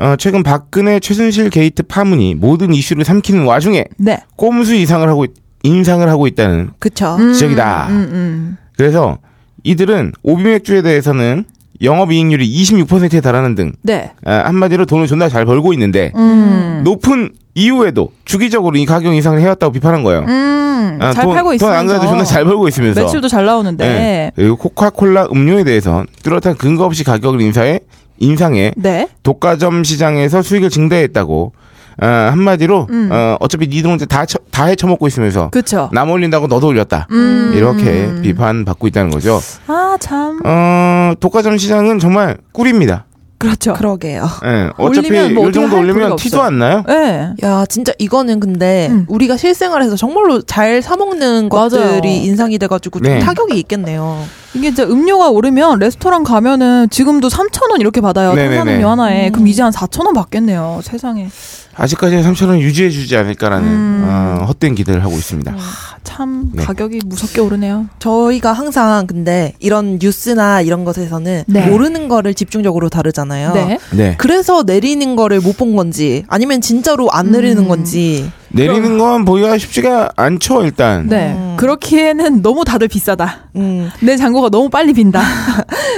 어, 최근 박근혜 최순실 게이트 파문이 모든 이슈를 삼키는 와중에 네. 꼼수 이상을 하고 있- 인상을 하고 있다는 그쵸. 음, 지적이다. 음, 음. 그래서 이들은 오비맥주에 대해서는 영업이익률이 26%에 달하는 등 네. 아, 한마디로 돈을 존나 잘 벌고 있는데 음. 높은 이후에도 주기적으로 이 가격 인상을 해왔다고 비판한 거예요. 음. 아, 잘 돈- 팔고 있으면서 돈안 그래도 존나 잘 벌고 있으면서 매출도 잘 네. 나오는데. 그리고 코카콜라 음료에 대해서 뚜렷한 근거 없이 가격을 인상해 인상해 네. 독과점 시장에서 수익을 증대했다고 어, 한마디로 음. 어, 어차피 니네 동생 다다 헤쳐먹고 있으면서 그렇죠. 남 올린다고 너도 올렸다 음. 이렇게 비판받고 있다는 거죠. 아, 참. 어, 독과점 시장은 정말 꿀입니다. 그렇죠. 그러게요. 예, 어차피 올리면 뭐 이 어떻게 정도 할 올리면 도리가 티도 없어요. 안 나요. 예. 야, 진짜 이거는 근데 음. 우리가 실생활에서 정말로 잘 사먹는 맞아요. 것들이 인상이 돼가지고 좀 네. 타격이 있겠네요. 이게 이제 음료가 오르면 레스토랑 가면은 지금도 3,000원 이렇게 받아요. 네네네. 탄산음료 하나에. 그럼 이제 한 4,000원 받겠네요. 세상에. 아직까지는 3천원 유지해주지 않을까라는 음. 어, 헛된 기대를 하고 있습니다. 아, 참 네. 가격이 무섭게 오르네요. 저희가 항상 근데 이런 뉴스나 이런 것에서는 네. 모르는 거를 집중적으로 다루잖아요. 네. 네. 그래서 내리는 거를 못 본 건지 아니면 진짜로 안 내리는 음. 건지 내리는 건 보기가 쉽지가 않죠, 일단. 네. 그렇기에는 너무 다들 비싸다. 음, 내 잔고가 너무 빨리 빈다.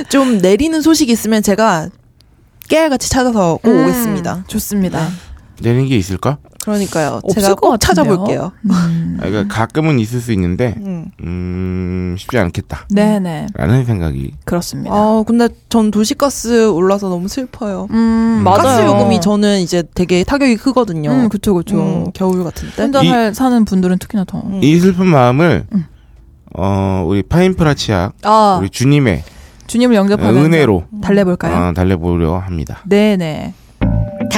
좀 내리는 소식이 있으면 제가 깨알같이 찾아서 꼭 음, 오겠습니다. 네. 좋습니다. 내리는 게 있을까? 그러니까요. 없을 제가 것 꼭 같은데요? 찾아볼게요. 음. 아, 그러니까 가끔은 있을 수 있는데, 음. 음, 쉽지 않겠다. 네네. 라는 생각이. 음. 그렇습니다. 아 근데 전 도시가스 올라서 너무 슬퍼요. 음, 맞아요. 가스 요금이 저는 이제 되게 타격이 크거든요. 음, 그쵸, 그쵸. 음, 겨울 같은데. 혼자 이- 살, 사는 분들은 특히나 더. 음. 이 슬픈 마음을, 음. 어, 우리 파인프라 치약, 아, 우리 주님의 주님을 영접하면서 은혜로 달래볼까요? 어, 달래보려 합니다. 네네.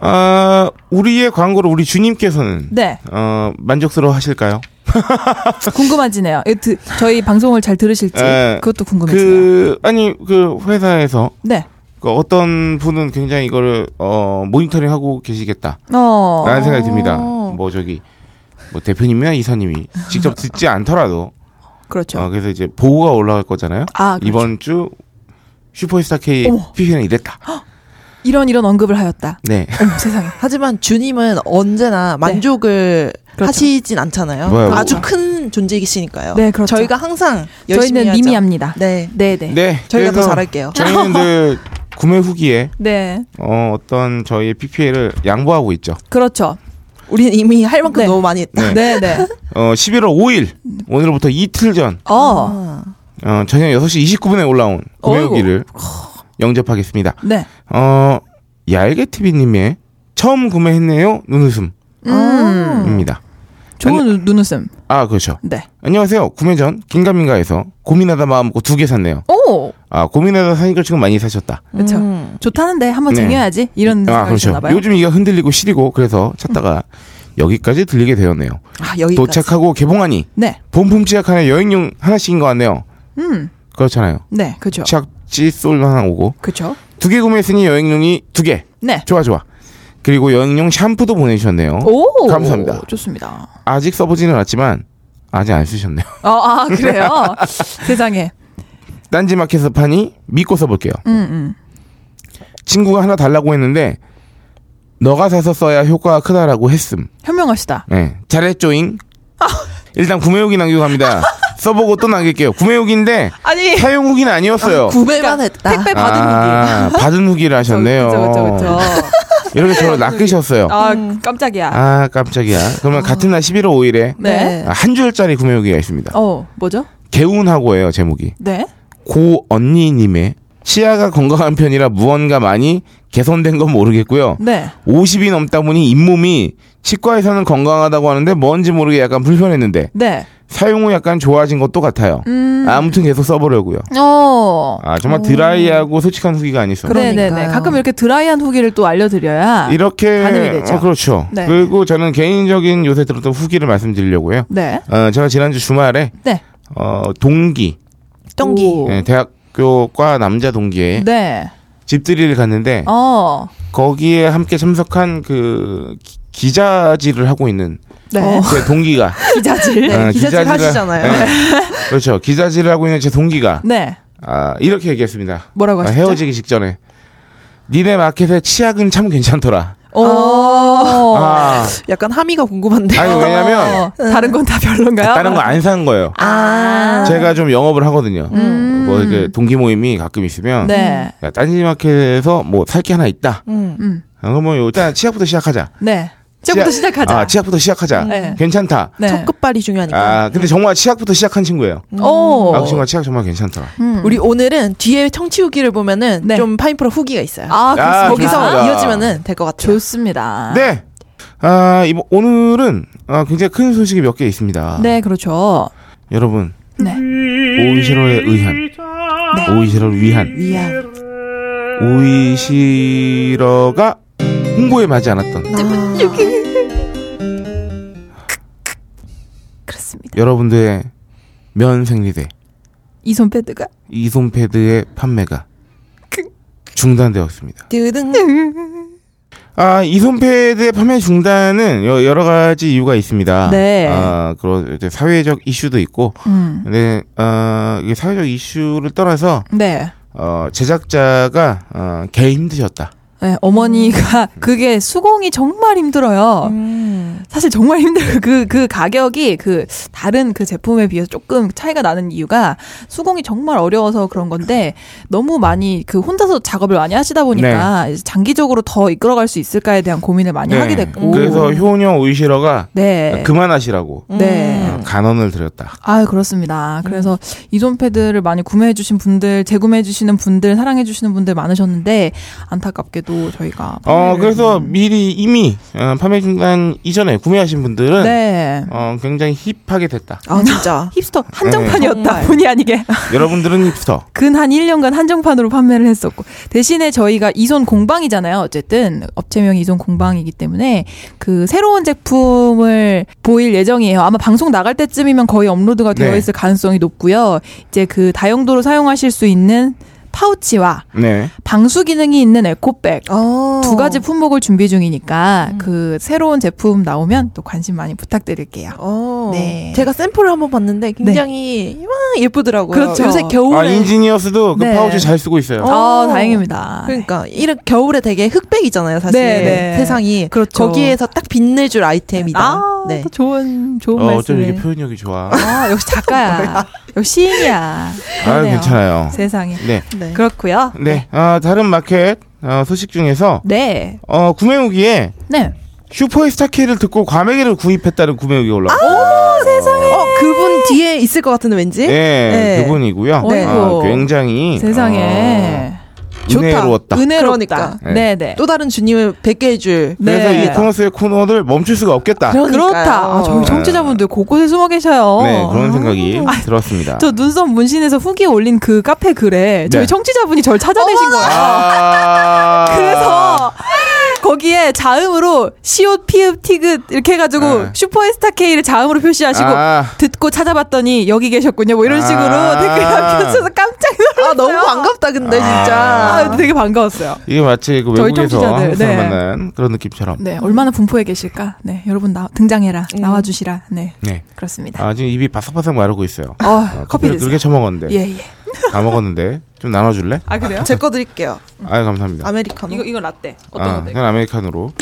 아, 우리의 광고를 우리 주님께서는, 네. 어, 만족스러워 하실까요? 궁금하지네요. 이거 드- 저희 방송을 잘 들으실지 에, 뭐 그것도 궁금해요. 그, 아니, 그 회사에서 네. 그 어떤 분은 굉장히 이거를 어 모니터링 하고 계시겠다라는 어. 생각이 듭니다. 뭐 저기 뭐 대표님이나 이사님이 직접 듣지 않더라도 그렇죠. 어, 그래서 이제 보고가 올라갈 거잖아요. 아, 그렇죠. 이번 주 슈퍼스타 K 어머. PP는 이랬다. 그렇죠. 이런 이런 언급을 하였다. 네, 어머, 세상에. 하지만 주님은 언제나 만족을 네. 그렇죠. 하시진 않잖아요. 뭐야, 아주 뭐. 큰 존재이시니까요. 네, 그렇죠. 저희가 항상 열심히 저희는 하죠. 님이 합니다. 네. 네, 네. 네. 저희가 더 그래서 잘할게요. 저희는 늘 구매 후기에 네. 어, 어떤 저희의 PPL을 양보하고 있죠. 그렇죠. 우리는 이미 할 만큼 네. 너무 많이 했다. 네. 네, 네. 어, 11월 5일 오늘부터 이틀 전 어. 어, 저녁 6시 29분에 올라온 구매 어이구. 후기를 영접하겠습니다. 네. 어, 얄개 TV님의 처음 구매했네요 눈웃음입니다. 음. 좋은 눈웃음. 아 그렇죠. 네. 안녕하세요. 구매 전 긴가민가에서 고민하다 마음먹고 두 개 샀네요. 오. 아 고민하다 사니까 지금 많이 사셨다. 그렇죠. 좋다는데 한번 음. 네. 쟁여야지. 이런 아 생각이 그렇죠. 나 봐요. 음. 요즘 이가 흔들리고 시리고 그래서 찾다가 여기까지 들리게 되었네요. 아, 여기까지. 도착하고 개봉하니 네. 본품 치약 하나 여행용 하나씩인 것 같네요. 음. 그렇잖아요. 네. 그렇죠. 치약지 솔 하나 오고 그렇죠. 두 개 구매했으니 여행용이 두 개. 네. 좋아 좋아. 그리고 여행용 샴푸도 보내주셨네요. 오. 어? 감사합니다. 좋습니다. 아직 써보지는 않았지만 아직 안 쓰셨네요. 아, 아 그래요. 세상에. 딴지 마켓에서 파니 믿고 써볼게요. 음, 음. 친구가 하나 달라고 했는데 너가 사서 써야 효과가 크다라고 했음. 현명하시다. 네. 잘했죠잉. 일단 구매 후기 남겨갑니다. 써보고 또 남길게요. 구매 후기인데 아니 사용 후기는 아니었어요. 구매만 했다. 그러니까 택배 예. 받은 후기. 아, 받은 후기를 하셨네요. 그쵸 그쵸 그쵸. 이렇게 저를 낚으셨어요. 아 깜짝이야. 아 깜짝이야. 그러면 같은 날 11월 5일에 네. 한 줄짜리 구매 후기가 있습니다. 어 뭐죠? 개운하고예요 제목이. 네. 고 언니님의 치아가 건강한 편이라 무언가 많이 개선된 건 모르겠고요. 네. 50이 넘다 보니 잇몸이 치과에서는 건강하다고 하는데 뭔지 모르게 약간 불편했는데 네. 사용 후 약간 좋아진 것도 같아요. 음. 아무튼 계속 써보려고요. 어. 아 정말 드라이하고 솔직한 후기가 아니었어요. 그럼- 네네네. 그러니까요. 가끔 이렇게 드라이한 후기를 또 알려드려야. 이렇게 반응이 되죠. 어, 그렇죠. 네. 그리고 저는 개인적인 요새 들었던 후기를 말씀드리려고 해요. 네. 어, 제가 지난주 주말에 네. 어, 동기 똥기. 오. 예, 대학교과 남자 동기의 네. 집들이를 갔는데 어. 거기에 함께 참석한 그 기- 기자질을 하고 있는 네. 어. 제 동기가 기자질. 어, 기자질 기자질을- 하시잖아요. 네. 그렇죠. 기자질을 하고 있는 제 동기가 네. 아, 이렇게 얘기했습니다. 뭐라고 아, 하셨죠? 헤어지기 직전에 니네 마켓의 치약은 참 괜찮더라. 어. 아, 약간 함의가 궁금한데. 아니 왜냐면 아, 어, 다른 건 다 별론가요? 다른 거 안 산 거예요. 아. 제가 좀 영업을 하거든요. 음. 뭐 이렇게 동기 모임이 가끔 있으면 네. 야, 딴지마켓에서 뭐 살 게 하나 있다. 음. 음. 아, 그러면 일단 치약부터 시작하자. 네. 지금부터 시작하자. 아, 치약부터 시작하자. 네. 괜찮다. 네. 첫 끝발이 중요하니까. 아, 근데 정말 치약부터 시작한 친구예요. 음. 오. 아, 그 친구가 치약 정말 괜찮더라. 음. 우리 오늘은 뒤에 청취 후기를 보면은 네. 좀 파인프라 후기가 있어요. 아, 그렇습니다. 아, 거기서 좋습니다. 이어지면은 될 것 같아요. 좋습니다. 네. 아, 이번 오늘은 아, 굉장히 큰 소식이 몇 개 있습니다. 네, 그렇죠. 여러분, 네. 오이시로에 의한 오이시로를 위한 위안. 오이시러가 홍보에 맞지 네. 않았던 아. 그렇습니다. 여러분들의 면생리대 이손 패드가 이손 패드의 판매가 그. 중단되었습니다. 드등. 아, 이손패드의 판매 중단은 여- 여러 가지 이유가 있습니다. 네. 아, 그런 이제 사회적 이슈도 있고, 음. 근데 어, 이게 사회적 이슈를 떠나서 네. 어, 제작자가 어, 개 힘드셨다. 네, 어머니가 그게 수공이 정말 힘들어요. 음. 사실 정말 힘들어요. 그, 그 가격이 그 다른 그 제품에 비해서 조금 차이가 나는 이유가 수공이 정말 어려워서 그런 건데 너무 많이 그 혼자서 작업을 많이 하시다 보니까 네. 이제 장기적으로 더 이끌어갈 수 있을까에 대한 고민을 많이 네, 하게 됐고. 네. 그래서 효은형 오이시러가 네. 그만하시라고 네. 어, 간언을 드렸다. 아 그렇습니다. 그래서 음. 이존 패드를 많이 구매해주신 분들, 재구매해주시는 분들, 사랑해주시는 분들 많으셨는데 안타깝게도 저희가 음. 어, 그래서 미리 이미 어, 판매 중단 이전에 구매하신 분들은 네 어, 굉장히 힙하게 됐다. 아, 진짜. 힙스터 네. 한정판이었다 정말. 본의 아니게 여러분들은 힙스터. 근 한 1년간 한정판으로 판매를 했었고 대신에 저희가 이손 공방이잖아요. 어쨌든 업체명이 이손 공방이기 때문에 그 새로운 제품을 보일 예정이에요. 아마 방송 나갈 때쯤이면 거의 업로드가 되어 네. 있을 가능성이 높고요. 이제 그 다용도로 사용하실 수 있는 파우치와 네. 방수 기능이 있는 에코백 어. 두 가지 품목을 준비 중이니까 그 새로운 제품 나오면 또 관심 많이 부탁드릴게요. 어. 네. 제가 샘플을 한번 봤는데 굉장히 와, 예쁘더라고요. 그렇죠. 요새 겨울에 아, 인지니어스도 그 네. 파우치 잘 쓰고 있어요. 어. 아 다행입니다. 그러니까 이런 겨울에 되게 흑백이잖아요, 사실. 네, 네. 세상이. 그렇죠. 거기에서 딱 빛내줄 아이템이다. 아, 네. 또 좋은 좋은 어, 어쩜 말씀을. 이렇게 표현력이 좋아. 아, 역시 작가야. 역시 시인이야. 아, 그러네요. 괜찮아요. 세상에. 네. 네. 그렇고요. 네. 아, 다른 마켓 어, 소식 중에서 네. 어, 구매 후기에 네. 슈퍼스타 K를 듣고 과메기를 구입했다는 구매 후기 아, 올라왔어요. 어, 그분 뒤에 있을 것 같은데 왠지? 예, 네. 그분이고요. 네. 아, 굉장히 세상에. 어, 은혜로웠다. 아, 은혜롭다. 그러니까. 네, 네. 또 다른 주님을 뵙게 해줄. 그래서 네. 이 코너스의 코너를 멈출 수가 없겠다. 그럼- 그러니까요. 그렇다. 아, 저희 청취자분들 곳곳에 숨어 계셔요. 아, 네, 그런 생각이 들었습니다. 저 눈썹 문신에서 후기에 올린 그 카페 글에 저희 네. 청취자분이 저를 찾아내신 거예요. 아~ 그래서 거기에 자음으로 시옷 피읍 티긋 이렇게 해가지고 아. 슈퍼에스타 K를 자음으로 표시하시고 아. 듣고 찾아봤더니 여기 계셨군요. 뭐 이런 식으로 아. 댓글 남겨주셔서 깜짝 놀랐어요. 아, 너무 반갑다, 근데 아, 진짜. 근데 되게 반가웠어요. 이게 마치 그 저희 외국에서 청취자들, 항상 네. 만난 그런 느낌처럼. 네, 얼마나 분포에 계실까? 네, 여러분 나, 등장해라, 나와주시라. 네, 네. 그렇습니다. 아, 지금 입이 바삭바삭 마르고 있어요. 어, 아, 커피 커피를 드세요. 그렇게 처먹었는데 예, 예. 다 먹었는데 좀 나눠줄래? 아 그래요? 제 거 드릴게요. 아유 감사합니다. 아메리카노. 이거 이거 라떼 네, 어떤 아, 건데? 그냥 아메리카노로.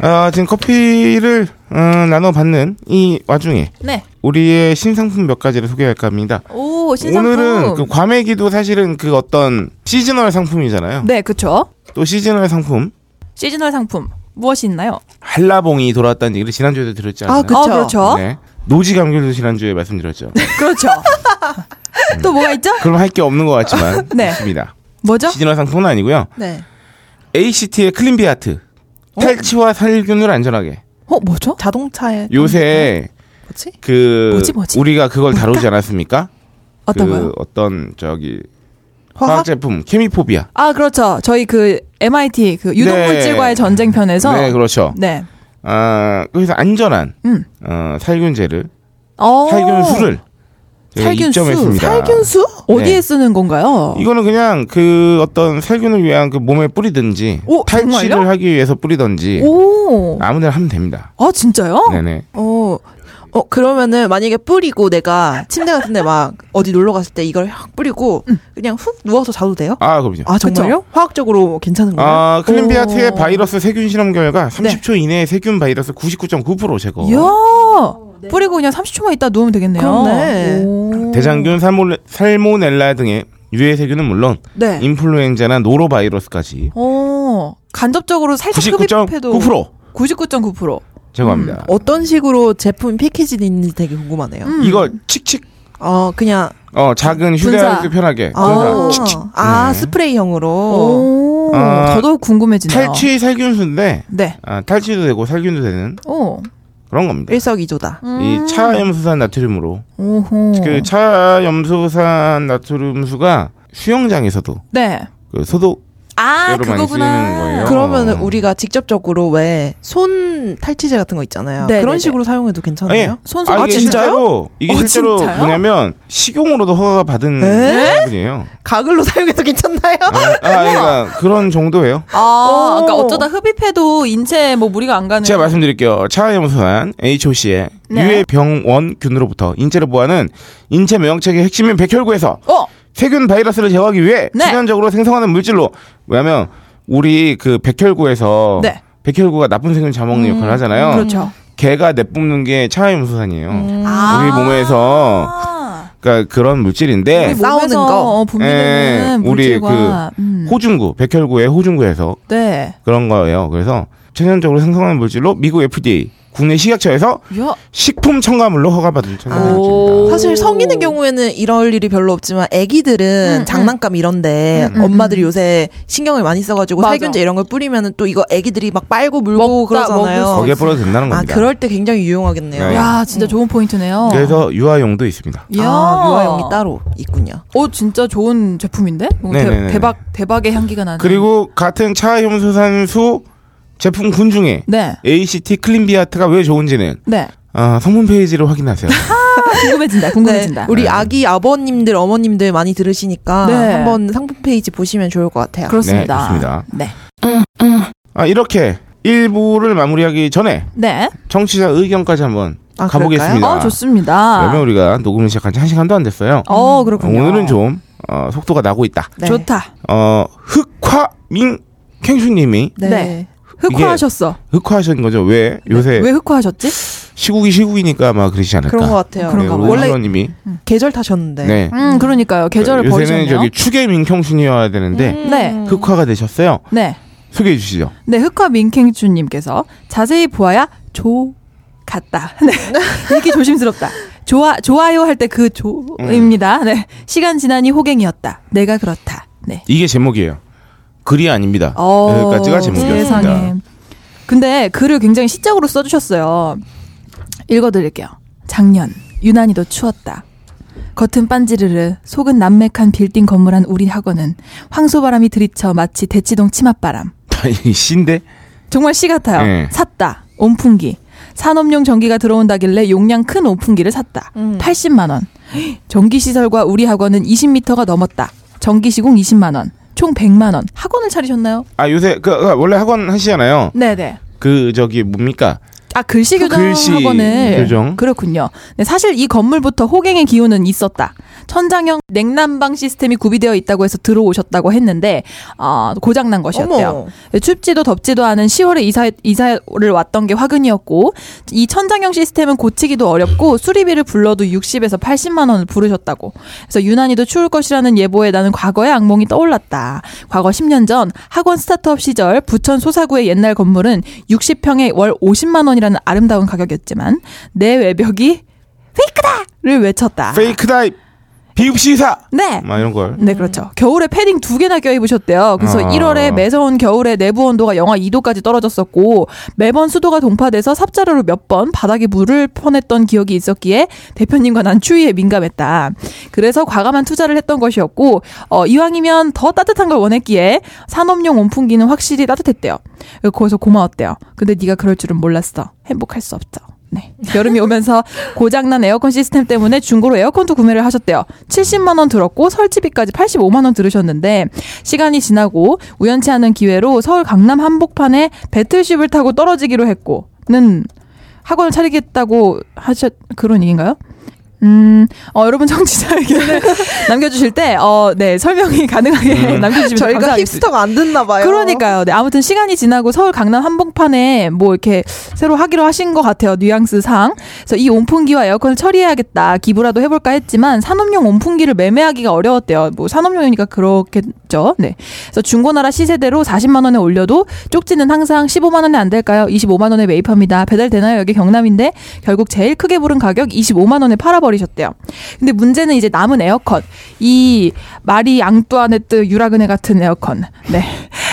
아, 지금 커피를 음, 나눠받는 이 와중에 네. 우리의 신상품 몇 가지를 소개할까 합니다. 오 신상품. 오늘은 그 과메기도 사실은 그 어떤 시즈널 상품이잖아요. 네 그쵸. 또 시즈널 상품 시즈널 상품 무엇이 있나요? 한라봉이 돌아왔다는 얘기를 지난주에도 들었지 않나요? 아, 그쵸. 아, 그렇죠. 네. 노지 감귤도 지난주에 말씀드렸죠. 그렇죠. 또 뭐가 있죠? 그럼 할 게 없는 것 같지만 네. 있습니다. 뭐죠? 시즈널 상품은 아니고요. 네. ACT의 클린비아트 탈취와 살균을 안전하게 어 뭐죠? 자동차에 요새 뭐지? 그 뭐지, 뭐지? 우리가 그걸 다루지 않았습니까? 어떤 그 거요? 어떤 저기 화학? 화학 제품 케미포비아. 아 그렇죠. 저희 그 MIT 그 네. 유독물질과의 전쟁 편에서 네, 그렇죠. 네. 아, 그래서 안전한 음. 어, 살균제를 어. 살균수를 저희가 살균수, 입점했습니다. 살균수? 어디에 네. 쓰는 건가요? 이거는 그냥 그 어떤 살균을 위한 그 몸에 뿌리든지 오, 탈취를 정말요? 하기 위해서 뿌리든지 오. 아무데나 하면 됩니다. 아 진짜요? 네네. 어. 어 그러면은 만약에 뿌리고 내가 침대 같은데 막 어디 놀러 갔을 때 이걸 확 뿌리고 그냥 훅 누워서 자도 돼요? 아 그럼요. 아 정말요? 화학적으로 괜찮은 거예요? 아, 클린비아트의 네? 오. 네. 바이러스 세균 실험 결과 30초 이내에 세균 바이러스 99.9% 제거. 이야. 뿌리고 그냥 30초만 있다 누우면 되겠네요. 그렇네. 오. 대장균, 살몰레, 살모넬라 등의 유해 세균은 물론 네. 인플루엔자나 노로바이러스까지 어. 간접적으로 살짝 흡입해도 99.9% 99.9%. 제거합니다. 어떤 식으로 제품 패키지는 있는지 되게 궁금하네요. 음. 이거 칙칙 어 그냥 어 작은 휴대할 때 편하게 아, 분사. 칙칙. 아 네. 스프레이형으로 오. 아, 더더욱 궁금해지네요. 탈취 살균수인데 네. 아, 탈취도 되고 살균도 되는 오. 그런 겁니다. 일석이조다. 음. 이 차염수산 나트륨으로 오호. 그 차염수산 나트륨수가 수영장에서도 네. 그 소독 아, 뼈로 많이 쓰이는 거예요. 그거구나. 그러면 아. 은 우리가 직접적으로 왜 손 탈취제 같은 거 있잖아요. 네, 그런 네, 식으로 사용해도 괜찮아요? 손소 아, 아, 이게 진짜요? 실제로 이게 어, 실제로 진짜요? 뭐냐면 식용으로도 허가가 받은 에? 분이에요. 가글로 사용해도 괜찮나요? 아, 아, 그러니까 그런 정도예요. 아, 오. 그러니까 어쩌다 흡입해도 인체에 뭐 무리가 안 가는. 제가 말씀드릴게요. 차염수한 HOC의 네. 유해병원균으로부터 인체를 보호하는 인체 면역체계 핵심인 백혈구에서 어, 세균 바이러스를 제거하기 위해 네. 필연적으로 생성하는 물질로 뭐냐면 우리 그 백혈구에서 네. 음, 백혈구가 나쁜 세균 잡아먹는 역할을 하잖아요. 그렇죠. 개가 내뿜는 게 차염수산이에요. 아. 우리 몸에서 아, 그러니까 그런 물질인데 우리 몸에서 싸우는 거. 어, 분비되는 예, 우리 물질과 음. 호중구 백혈구의 호중구에서 네. 그런 거예요. 그래서 천연적으로 생성하는 물질로 미국 FDA 국내 식약처에서 야. 식품 첨가물로 허가받은 천연 오. 물질입니다. 사실 성인의 경우에는 이럴 일이 별로 없지만 아기들은 음, 장난감 이런데 음, 엄마들이 요새 신경을 많이 써가지고 맞아. 살균제 이런 걸 뿌리면 또 이거 아기들이 막 빨고 물고 먹다 먹을 수 그러잖아요. 거기에 뿌려도 된다는 아 겁니다. 그럴 때 굉장히 유용하겠네요. 네. 야, 진짜 좋은 포인트네요. 그래서 유아용도 있습니다. 야. 아, 유아용이 따로 있군요. 어, 진짜 좋은 제품인데? 뭔가 대, 네네네네. 대박 대박의 향기가 나는. 그리고 같은 차염수산수 제품군 중에 네. ACT 클린비아트가 왜 좋은지는 네. 아, 아, 성분 페이지를 확인하세요. 네. 궁금해진다. 궁금해진다. 우리 아기 아버님들 어머님들 많이 들으시니까 네. 한번 상품 페이지 보시면 좋을 것 같아요. 그렇습니다. 네, 좋습니다. 네. 아, 이렇게 1부를 마무리하기 전에 네. 청취자 의견까지 한번 아, 가보겠습니다. 어, 좋습니다. 왜냐면 우리가 녹음을 시작한 지 한 시간도 안 됐어요. 어, 그렇군요. 오늘은 좀 어, 속도가 나고 있다. 네. 좋다. 어, 흑화민 캥수님이 네. 네. 흑화하셨어. 흑화하신 거죠. 왜 요새 네. 왜 흑화하셨지? 시국이 시국이니까 막 그러시지 않을까. 그런 것 같아요. 그런가 봐요. 원래 원래 님이 계절 타셨는데. 네. 음, 그러니까요. 계절을 요새는 버리셨네요. 저기 추계민 캥순이어야 되는데 네. 흑화가 되셨어요. 네. 소개해 주시죠. 네, 흑화 민캥주님께서 자세히 보아야 조 같다. 네. 읽기 조심스럽다. 좋아, 좋아요 할 때 그 음. 조입니다. 네. 시간 지나니 호갱이었다. 내가 그렇다. 네. 이게 제목이에요. 글이 아닙니다. 여기까지가 제목이었습니다. 어, 세상에. 근데 글을 굉장히 시적으로 써주셨어요. 읽어드릴게요. 작년 유난히도 추웠다. 겉은 빤지르르, 속은 남맥한 빌딩 건물 안 우리 학원은 황소바람이 들이쳐 마치 대치동 치맛바람. 아, 이 신데 정말 씨 같아요. 예. 샀다. 온풍기. 산업용 전기가 들어온다길래 용량 큰 온풍기를 샀다. 80만 원. 전기 시설과 우리 학원은 20m가 넘었다. 전기 시공 20만 원. 총 100만 원. 학원을 차리셨나요? 아 요새 그, 그 원래 학원 하시잖아요. 네, 네. 그 저기 뭡니까? 아 글씨 교정 글씨 학원을 교정. 그렇군요. 네, 사실 이 건물부터 호갱의 기운은 있었다. 천장형 냉난방 시스템이 구비되어 있다고 해서 들어오셨다고 했는데 아 고장난 것이었대요. 어머. 춥지도 덥지도 않은 10월에 이사, 이사를 왔던 게 화근이었고 이 천장형 시스템은 고치기도 어렵고 수리비를 불러도 60에서 80만 원을 부르셨다고 그래서 유난히도 추울 것이라는 예보에 나는 과거의 악몽이 떠올랐다 과거 10년 전 학원 스타트업 시절 부천 소사구의 옛날 건물은 60평에 월 50만 원이라는 아름다운 가격이었지만 내 외벽이 페이크다를 외쳤다 페이크 음. 다이 비읍시사 네 막 이런 걸 네, 그렇죠. 겨울에 패딩 두 개나 껴입으셨대요. 그래서 아. 1월에 매서운 겨울에 내부 온도가 영하 2도까지 떨어졌었고 매번 수도가 동파돼서 삽자루로 몇 번 바닥에 물을 퍼냈던 기억이 있었기에 대표님과 난 추위에 민감했다. 그래서 과감한 투자를 했던 것이었고 어, 이왕이면 더 따뜻한 걸 원했기에 산업용 온풍기는 확실히 따뜻했대요. 거기서 고마웠대요. 근데 네가 그럴 줄은 몰랐어. 행복할 수 없죠. 네. 여름이 오면서 고장난 에어컨 시스템 때문에 중고로 에어컨도 구매를 하셨대요. 70만 원 들었고 설치비까지 85만 원 들으셨는데 시간이 지나고 우연치 않은 기회로 서울 강남 한복판에 배틀쉽을 타고 떨어지기로 했고는 학원을 차리겠다고 하셨 그런 얘기인가요? 음, 어, 여러분 청취자 의견을 남겨주실 때, 어, 네, 설명이 가능하게 남겨주시면 저희가 감사하겠습니다. 힙스터가 안 듣나 봐요. 그러니까요. 네, 아무튼 시간이 지나고 서울 강남 한복판에 뭐 이렇게 새로 하기로 하신 것 같아요. 뉘앙스 상. 그래서 이 온풍기와 에어컨을 처리해야겠다. 기부라도 해볼까 했지만 산업용 온풍기를 매매하기가 어려웠대요. 뭐 산업용이니까 그렇겠죠. 네. 그래서 중고나라 시세대로 40만 원에 올려도 쪽지는 항상 15만 원에 안 될까요? 25만 원에 매입합니다. 배달되나요? 여기 경남인데 결국 제일 크게 부른 가격 25만 원에 팔아버리셨대요. 근데 문제는 이제 남은 에어컨. 이 마리 앙뚜아네트 유라그네 같은 에어컨. 네.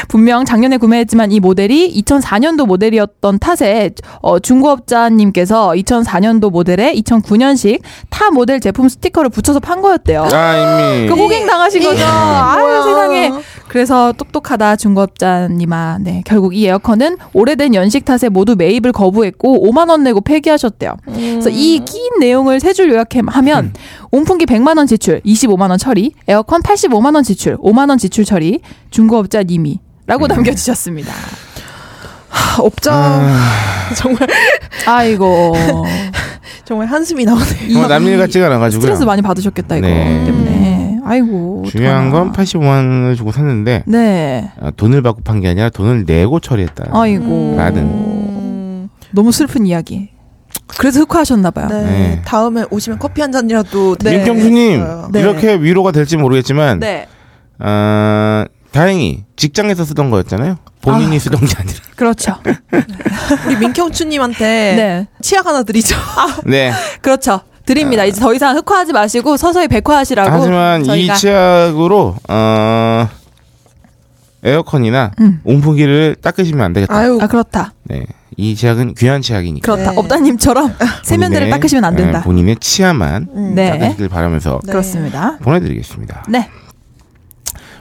분명 작년에 구매했지만 이 모델이 2004년도 모델이었던 탓에 어, 중고업자님께서 2004년도 모델에 2009년식 타 모델 제품 스티커를 붙여서 판 거였대요. 아 이미 그 호갱 당하신 예. 거죠. 아유 뭐야. 세상에. 그래서 똑똑하다 중고업자님아. 네 결국 이 에어컨은 오래된 연식 탓에 모두 매입을 거부했고 5만 원 내고 폐기하셨대요. 그래서 이 음. 긴 내용을 세 줄 요약하면 온풍기 100만 원 지출, 25만 원 처리, 에어컨 85만 원 지출, 5만 원 지출 처리, 중고업자님이. 음. 라고 남겨주셨습니다. 하, 업자 아. 정말 아이고 정말 한숨이 나오네요. 정말 뭐 남일 같지가 않아가지고 스트레스 많이 받으셨겠다 이거 네. 때문에. 아이고 중요한 건 어떡하나. 85만 원을 주고 샀는데 네. 아, 돈을 받고 판 게 아니라 돈을 내고 처리했다. 아이고 라는. 너무 슬픈 이야기. 그래서 흑화하셨나 봐요. 네. 네. 다음에 오시면 커피 한 잔이라도 네. 윤경수님 네. 이렇게 위로가 될지 모르겠지만 네. 아, 다행히 직장에서 쓰던 거였잖아요. 본인이 쓰던 게 아니라. 그렇죠. 우리 민경춘님한테 네. 아, 치약 하나 드리죠. 네. 그렇죠. 드립니다. 이제 더 이상 흑화하지 마시고 서서히 백화하시라고. 아. 하지만 저희가 이 치약으로 어, 에어컨이나 음. 온풍기를 닦으시면 안 되겠다. 아유 아 그렇다. 네. 이 치약은 귀한 치약이니까. 그렇다. 네. 업다님처럼 세면대를 본인의, 닦으시면 안 예, 된다. 본인의 치아만 네. 닦으시길 바라면서 네. 그렇습니다. 보내드리겠습니다. 네.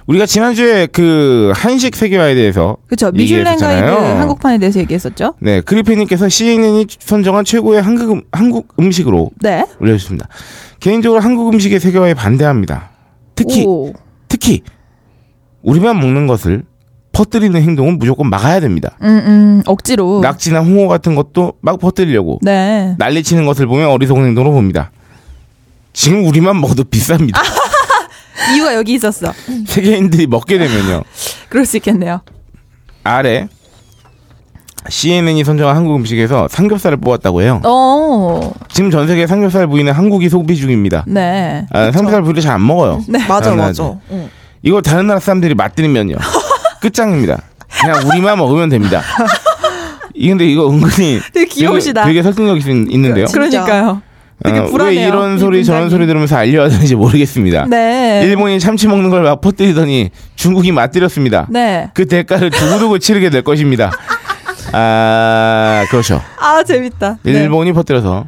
우리가 지난주에 그 한식 세계화에 대해서 그렇죠. 미슐랭 가이드 얘기했었잖아요. 한국판에 대해서 얘기했었죠. 네 그리피님께서 CNN이 선정한 최고의 한국, 음, 한국 음식으로 네. 올려주셨습니다. 개인적으로 한국 음식의 세계화에 반대합니다. 특히 오. 음, 특히 우리만 먹는 것을 퍼뜨리는 행동은 무조건 막아야 됩니다. 음, 음. 억지로. 낙지나 홍어 같은 것도 막 퍼뜨리려고 네. 난리치는 것을 보면 어리석은 행동으로 봅니다. 지금 우리만 먹어도 비쌉니다. 아. 이유가 여기 있었어. 세계인들이 먹게 되면요. 그럴 수 있겠네요. 아래 CNN이 선정한 한국 음식에서 삼겹살을 뽑았다고 해요. 어. 지금 전 세계 삼겹살 부위는 한국이 소비 중입니다. 네. 아, 삼겹살 부위를 잘 안 먹어요. 네. 맞아 아, 나- 맞아. 응. 이걸 다른 나라 사람들이 맛들이면요. 끝장입니다. 그냥 우리만 먹으면 됩니다. 이 근데 이거 은근히 되게 귀여우시다. 되게, 되게 설득력 있, 있는데요. 진짜. 그러니까요. 되게 아, 왜 불안해요. 이런 이 소리 저런 분장이. 소리 들으면서 알려야 되는지 모르겠습니다. 네. 일본이 참치 먹는 걸 막 퍼뜨리더니 중국이 맛들였습니다. 네. 그 대가를 두고두고 치르게 될 것입니다. 아 그렇죠. 아 재밌다. 일본이 퍼뜨려서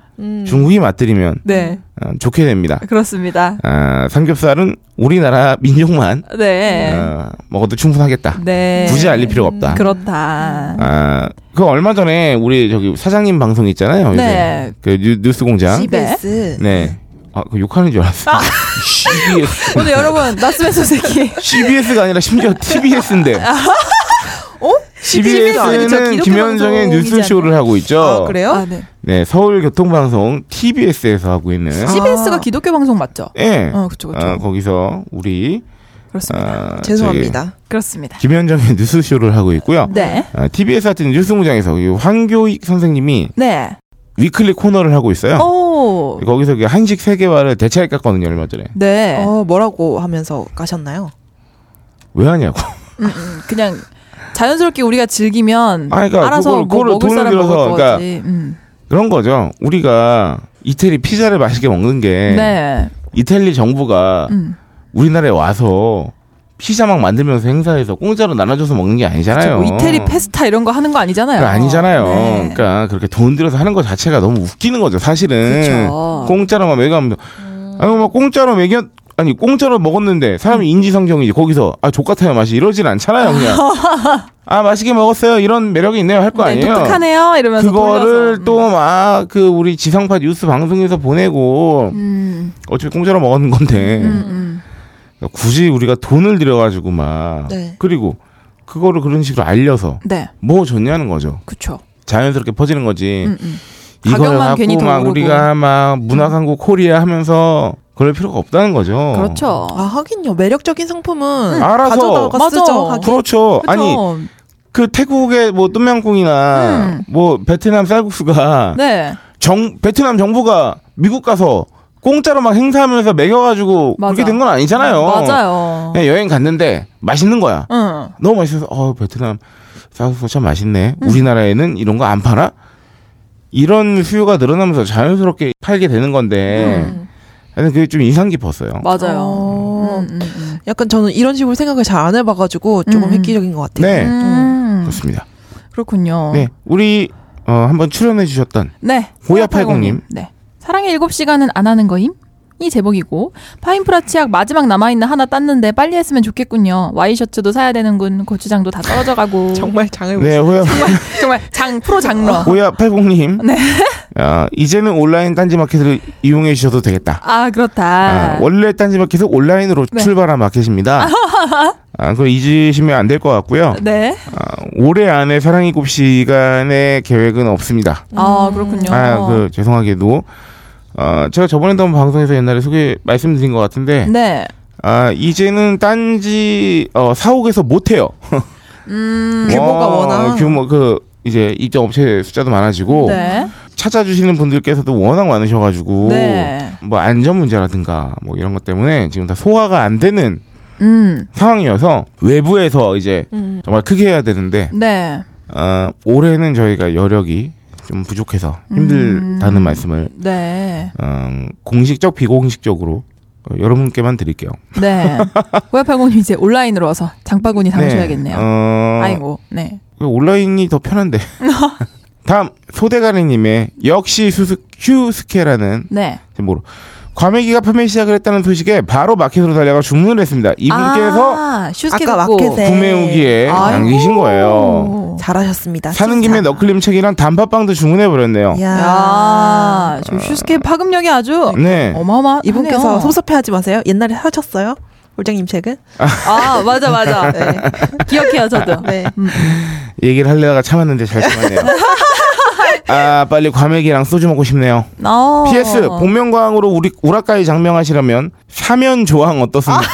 중국이 맛들이면 네. 어, 좋게 됩니다. 네. 그렇습니다. 아, 삼겹살은 우리나라 민족만 네. 어, 먹어도 충분하겠다. 네. 굳이 알릴 필요가 없다. 그렇다. 아, 그 얼마 전에 우리 저기 사장님 방송 있잖아요. 요새. 네. 그 뉴, 스 공장. CBS. 네. 아, 그 욕하는 줄 알았어. 요 CBS. 오늘 여러분 나스맨 소세기 CBS가 아니라 심지어 TBS인데. 어? 저 CBS는 기독교 김현정의 방송이지 뉴스쇼를 하고 있죠. 아, 그래요? 아, 네. 네, 서울교통방송 TBS에서 하고 있는. 아. 아. CBS가 기독교 방송 맞죠? 예. 어, 그쵸, 그쵸. 아, 거기서 우리 그렇습니다. 아, 저기 죄송합니다. 그렇습니다. 김현정의 뉴스쇼를 하고 있고요. 네. 아, TBS 하여튼 뉴스공장에서 이 황교익 선생님이 네. 위클리 코너를 하고 있어요. 오. 거기서 그 한식 세계화를 대차에 깠거든요, 얼마 전에. 네. 아. 어, 뭐라고 하면서 가셨나요? 왜 하냐고. 음, 음, 그냥 자연스럽게 우리가 즐기면 아, 그러니까 알아서 그걸- 뭐 그거를 먹을 돈을 사람 들여서, 먹을 거지. 그러니까 음. 그런 거죠. 우리가 이태리 피자를 맛있게 먹는 게 네. 이탈리 정부가 음. 우리나라에 와서 피자 막 만들면서 행사해서 공짜로 나눠줘서 먹는 게 아니잖아요. 뭐 이태리 페스타 이런 거 하는 거 아니잖아요. 그거 아니잖아요. 네. 그러니까 그렇게 돈 들여서 하는 것 자체가 너무 웃기는 거죠. 사실은 그쵸. 공짜로 막 먹이면 아니 막 공짜로 먹였 아니 공짜로 먹었는데 사람이 인지성정이지 거기서 아 족같아요 맛이 이러진 않잖아요 그냥 아 맛있게 먹었어요 이런 매력이 있네요 할 거 네, 아니에요. 독특하네요. 이러면서 그거를 돌려서. 음. 또 막 그 우리 지상파 뉴스 방송에서 보내고 음. 어차피 공짜로 먹었는 건데 그러니까 음, 음. 굳이 우리가 돈을 들여가지고 막 네. 그리고 그거를 그런 식으로 알려서 네. 뭐 좋냐는 거죠. 그쵸. 자연스럽게 퍼지는 거지. 음, 음. 이걸 가격만 갖고 괜히 더 막 오르고. 음. 우리가 막 문화 광고 코리아 하면서 그럴 필요가 없다는 거죠. 그렇죠. 아, 하긴요. 매력적인 상품은 응. 음. 알아서. 가져다가 맞아. 쓰죠. 하긴. 그렇죠. 그쵸? 아니 그 태국의 뭐 똠양꿍이나 음. 뭐 베트남 쌀국수가 네. 정 베트남 정부가 미국 가서 공짜로 막 행사하면서 먹여가지고 맞아. 그렇게 된 건 아니잖아요. 예. 맞아요. 어. 그냥 여행 갔는데 맛있는 거야. 응. 너무 맛있어서 어 베트남 쌀국수 참 맛있네. 음. 우리나라에는 이런 거 안 팔아? 이런 수요가 늘어나면서 자연스럽게 팔게 되는 건데 음. 하여튼 그게 좀 인상 깊었어요. 뭐, 맞아요. 어, 음, 음, 음. 약간 저는 이런 식으로 생각을 잘 안 해봐가지고 조금 음. 획기적인 것 같아요. 네, 음. 그렇습니다. 그렇군요. 네, 우리 어, 한번 출연해 주셨던 네. 고야팔공님. 네. 사랑의 일곱 시간은 안 하는 거임? 이 제목이고 파인프라 치약 마지막 남아있는 하나 땄는데 빨리 했으면 좋겠군요. 와이셔츠도 사야 되는군. 고추장도 다 떨어져가고. 정말 장을 네 호야 정말 장 프로 장로. 호야 팔공님. 네. 아 이제는 온라인 딴지마켓을 이용해 주셔도 되겠다. 아 아, 그렇다. 원래 딴지마켓은 온라인으로 네. 출발한 마켓입니다. 아, 그거 잊으시면 안 될 것 같고요. 네. 아, 올해 안에 사랑이 곱 시간의 계획은 없습니다. 아 그렇군요. 아, 그 죄송하게도 아, 제가 저번에도 한번 방송에서 옛날에 소개 말씀드린 것 같은데 네. 아, 이제는 딴지 어, 사옥에서 못 해요. 음. 규모가 와, 워낙. 규모 그 이제 입점 업체 숫자도 많아지고 네. 찾아주시는 분들께서도 워낙 많으셔가지고 네. 뭐 안전 문제라든가 뭐 이런 것 때문에 지금 다 소화가 안 되는 음. 상황이어서 외부에서 이제 음. 정말 크게 해야 되는데 네. 어, 올해는 저희가 여력이 좀 부족해서 음. 힘들다는 말씀을 네. 어, 공식적 비공식적으로 어, 여러분께만 드릴게요. 네. 고야팔공님 이제 온라인으로 와서 장바구니 담으셔야겠네요. 네. 어, 아이고. 네. 그 온라인이 더 편한데. 다음 소대가리님의 역시 수수, 휴스케라는 네. 제목으로 과메기가 판매 시작을 했다는 소식에 바로 마켓으로 달려가 주문을 했습니다. 이분께서 아, 슈스케 아까 듣고. 마켓에 구매 후기에 아이고. 아, 남기신 거예요. 잘하셨습니다. 사는 김에 너클림 책이랑 단팥빵도 주문해 버렸네요. 야. 야, 저 슈스케 파급력이 아주 네. 어마어마. 아. 이분께서 섭섭해하지 마세요. 옛날에 사셨어요? 올장님 책은? 아 맞아 맞아. 네. 기억해요 저도. 음. 네. 얘기를 하려다가 참았는데 잘 참았네요. 아 빨리 과메기랑 소주 먹고 싶네요. 어. PS 복면가왕으로 우리 우라카이 장명하시려면 사면 조항 어떻습니까?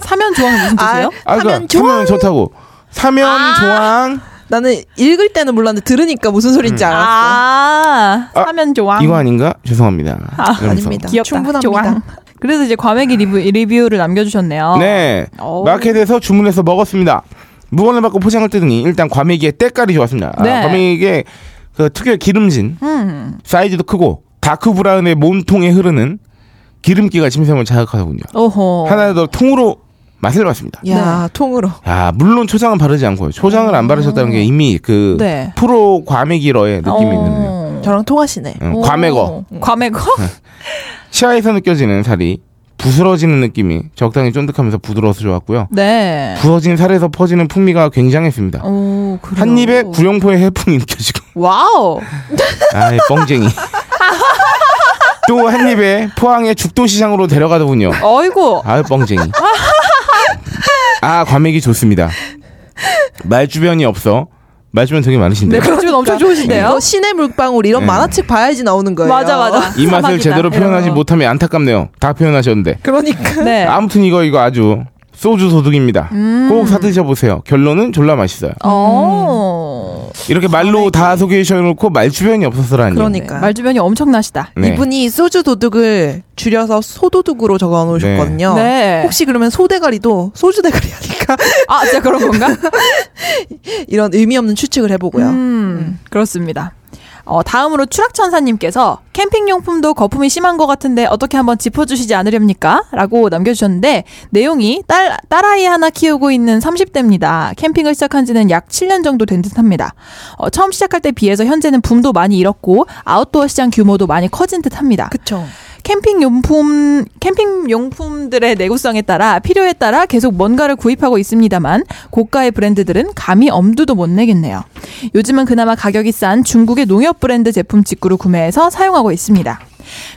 사면 조항 무슨 아, 뜻이에요? 그러니까 사면 조항! 아. 사면 좋다고. 사면 조항 나는 읽을 때는 몰랐는데 들으니까 무슨 소린지 알았어. 아, 아, 사면 조항. 이거 아닌가? 죄송합니다. 아, 이러면서. 아닙니다. 귀엽다. 충분합니다. 조항. 그래서 이제 과메기 리뷰, 리뷰를 어. 남겨주셨네요. 네 오. 마켓에서 주문해서 먹었습니다. 무건을 받고 포장을 뜯으니 일단 과메기의 때깔이 좋았습니다. 아, 네. 과메기의 그 특유의 기름진 음. 사이즈도 크고 다크 브라운의 몸통에 흐르는 기름기가 침샘을 자극하더군요. 오호. 하나 더 통으로 맛을 봤습니다. 야, 통으로. 아 물론 초장은 바르지 않고요. 초장을 안 바르셨다는 게 이미 그 음. 네. 프로 과메기러의 느낌이 어. 있는데요. 저랑 통하시네. 응, 오. 과메거 과메거? 치아에서 느껴지는 살이 부스러지는 느낌이 적당히 쫀득하면서 부드러워서 좋았고요. 네. 부서진 살에서 퍼지는 풍미가 굉장했습니다. 어. 오, 그래요. 한 입에 구룡포의 해풍이 느껴지고 와우. 아이 뻥쟁이 또 한 입에 포항의 죽도시장으로 데려가더군요. 어이구. 아유 뻥쟁이. 아 과메기 좋습니다. 말 주변이 없어. 말 주변 되게 많으신데. 네, 말주변 엄청 좋으신데요? 이거 신의 물방울 이런 네. 만화책 봐야지 나오는 거예요. 네. 맞아, 맞아. 이 맛을 사막이다, 어. 제대로 이런 표현하지 거. 못하면 안타깝네요. 다 표현하셨는데. 그러니까. 네. 아무튼 음. 이거 이거 아주 소주 소득입니다. 꼭 사드셔 보세요. 결론은 졸라 맛있어요. 어. 이렇게 말로 다 소개해 놓고 말 주변이 없었으라니. 그러니까. 말 주변이 엄청나시다. 네. 이분이 소주 도둑을 줄여서 소도둑으로 적어 놓으셨거든요. 네. 혹시 그러면 소대가리도 소주 대가리 아닐까? 아, 진짜 그런 건가? 이런 의미 없는 추측을 해보고요. 네. 음, 그렇습니다. 어, 다음으로 추락천사님께서 캠핑용품도 거품이 심한 것 같은데 어떻게 한번 짚어주시지 않으렵니까? 라고 남겨주셨는데 내용이 딸, 딸아이 하나 키우고 있는 30대입니다. 캠핑을 시작한 지는 약 7년 정도 된 듯 합니다. 어, 처음 시작할 때 비해서 현재는 붐도 많이 잃었고 아웃도어 시장 규모도 많이 커진 듯 합니다. 그쵸. 캠핑 용품 캠핑 용품들의 내구성에 따라 필요에 따라 계속 뭔가를 구입하고 있습니다만 고가의 브랜드들은 감히 엄두도 못 내겠네요. 요즘은 그나마 가격이 싼 중국의 농협 브랜드 제품 직구로 구매해서 사용하고 있습니다.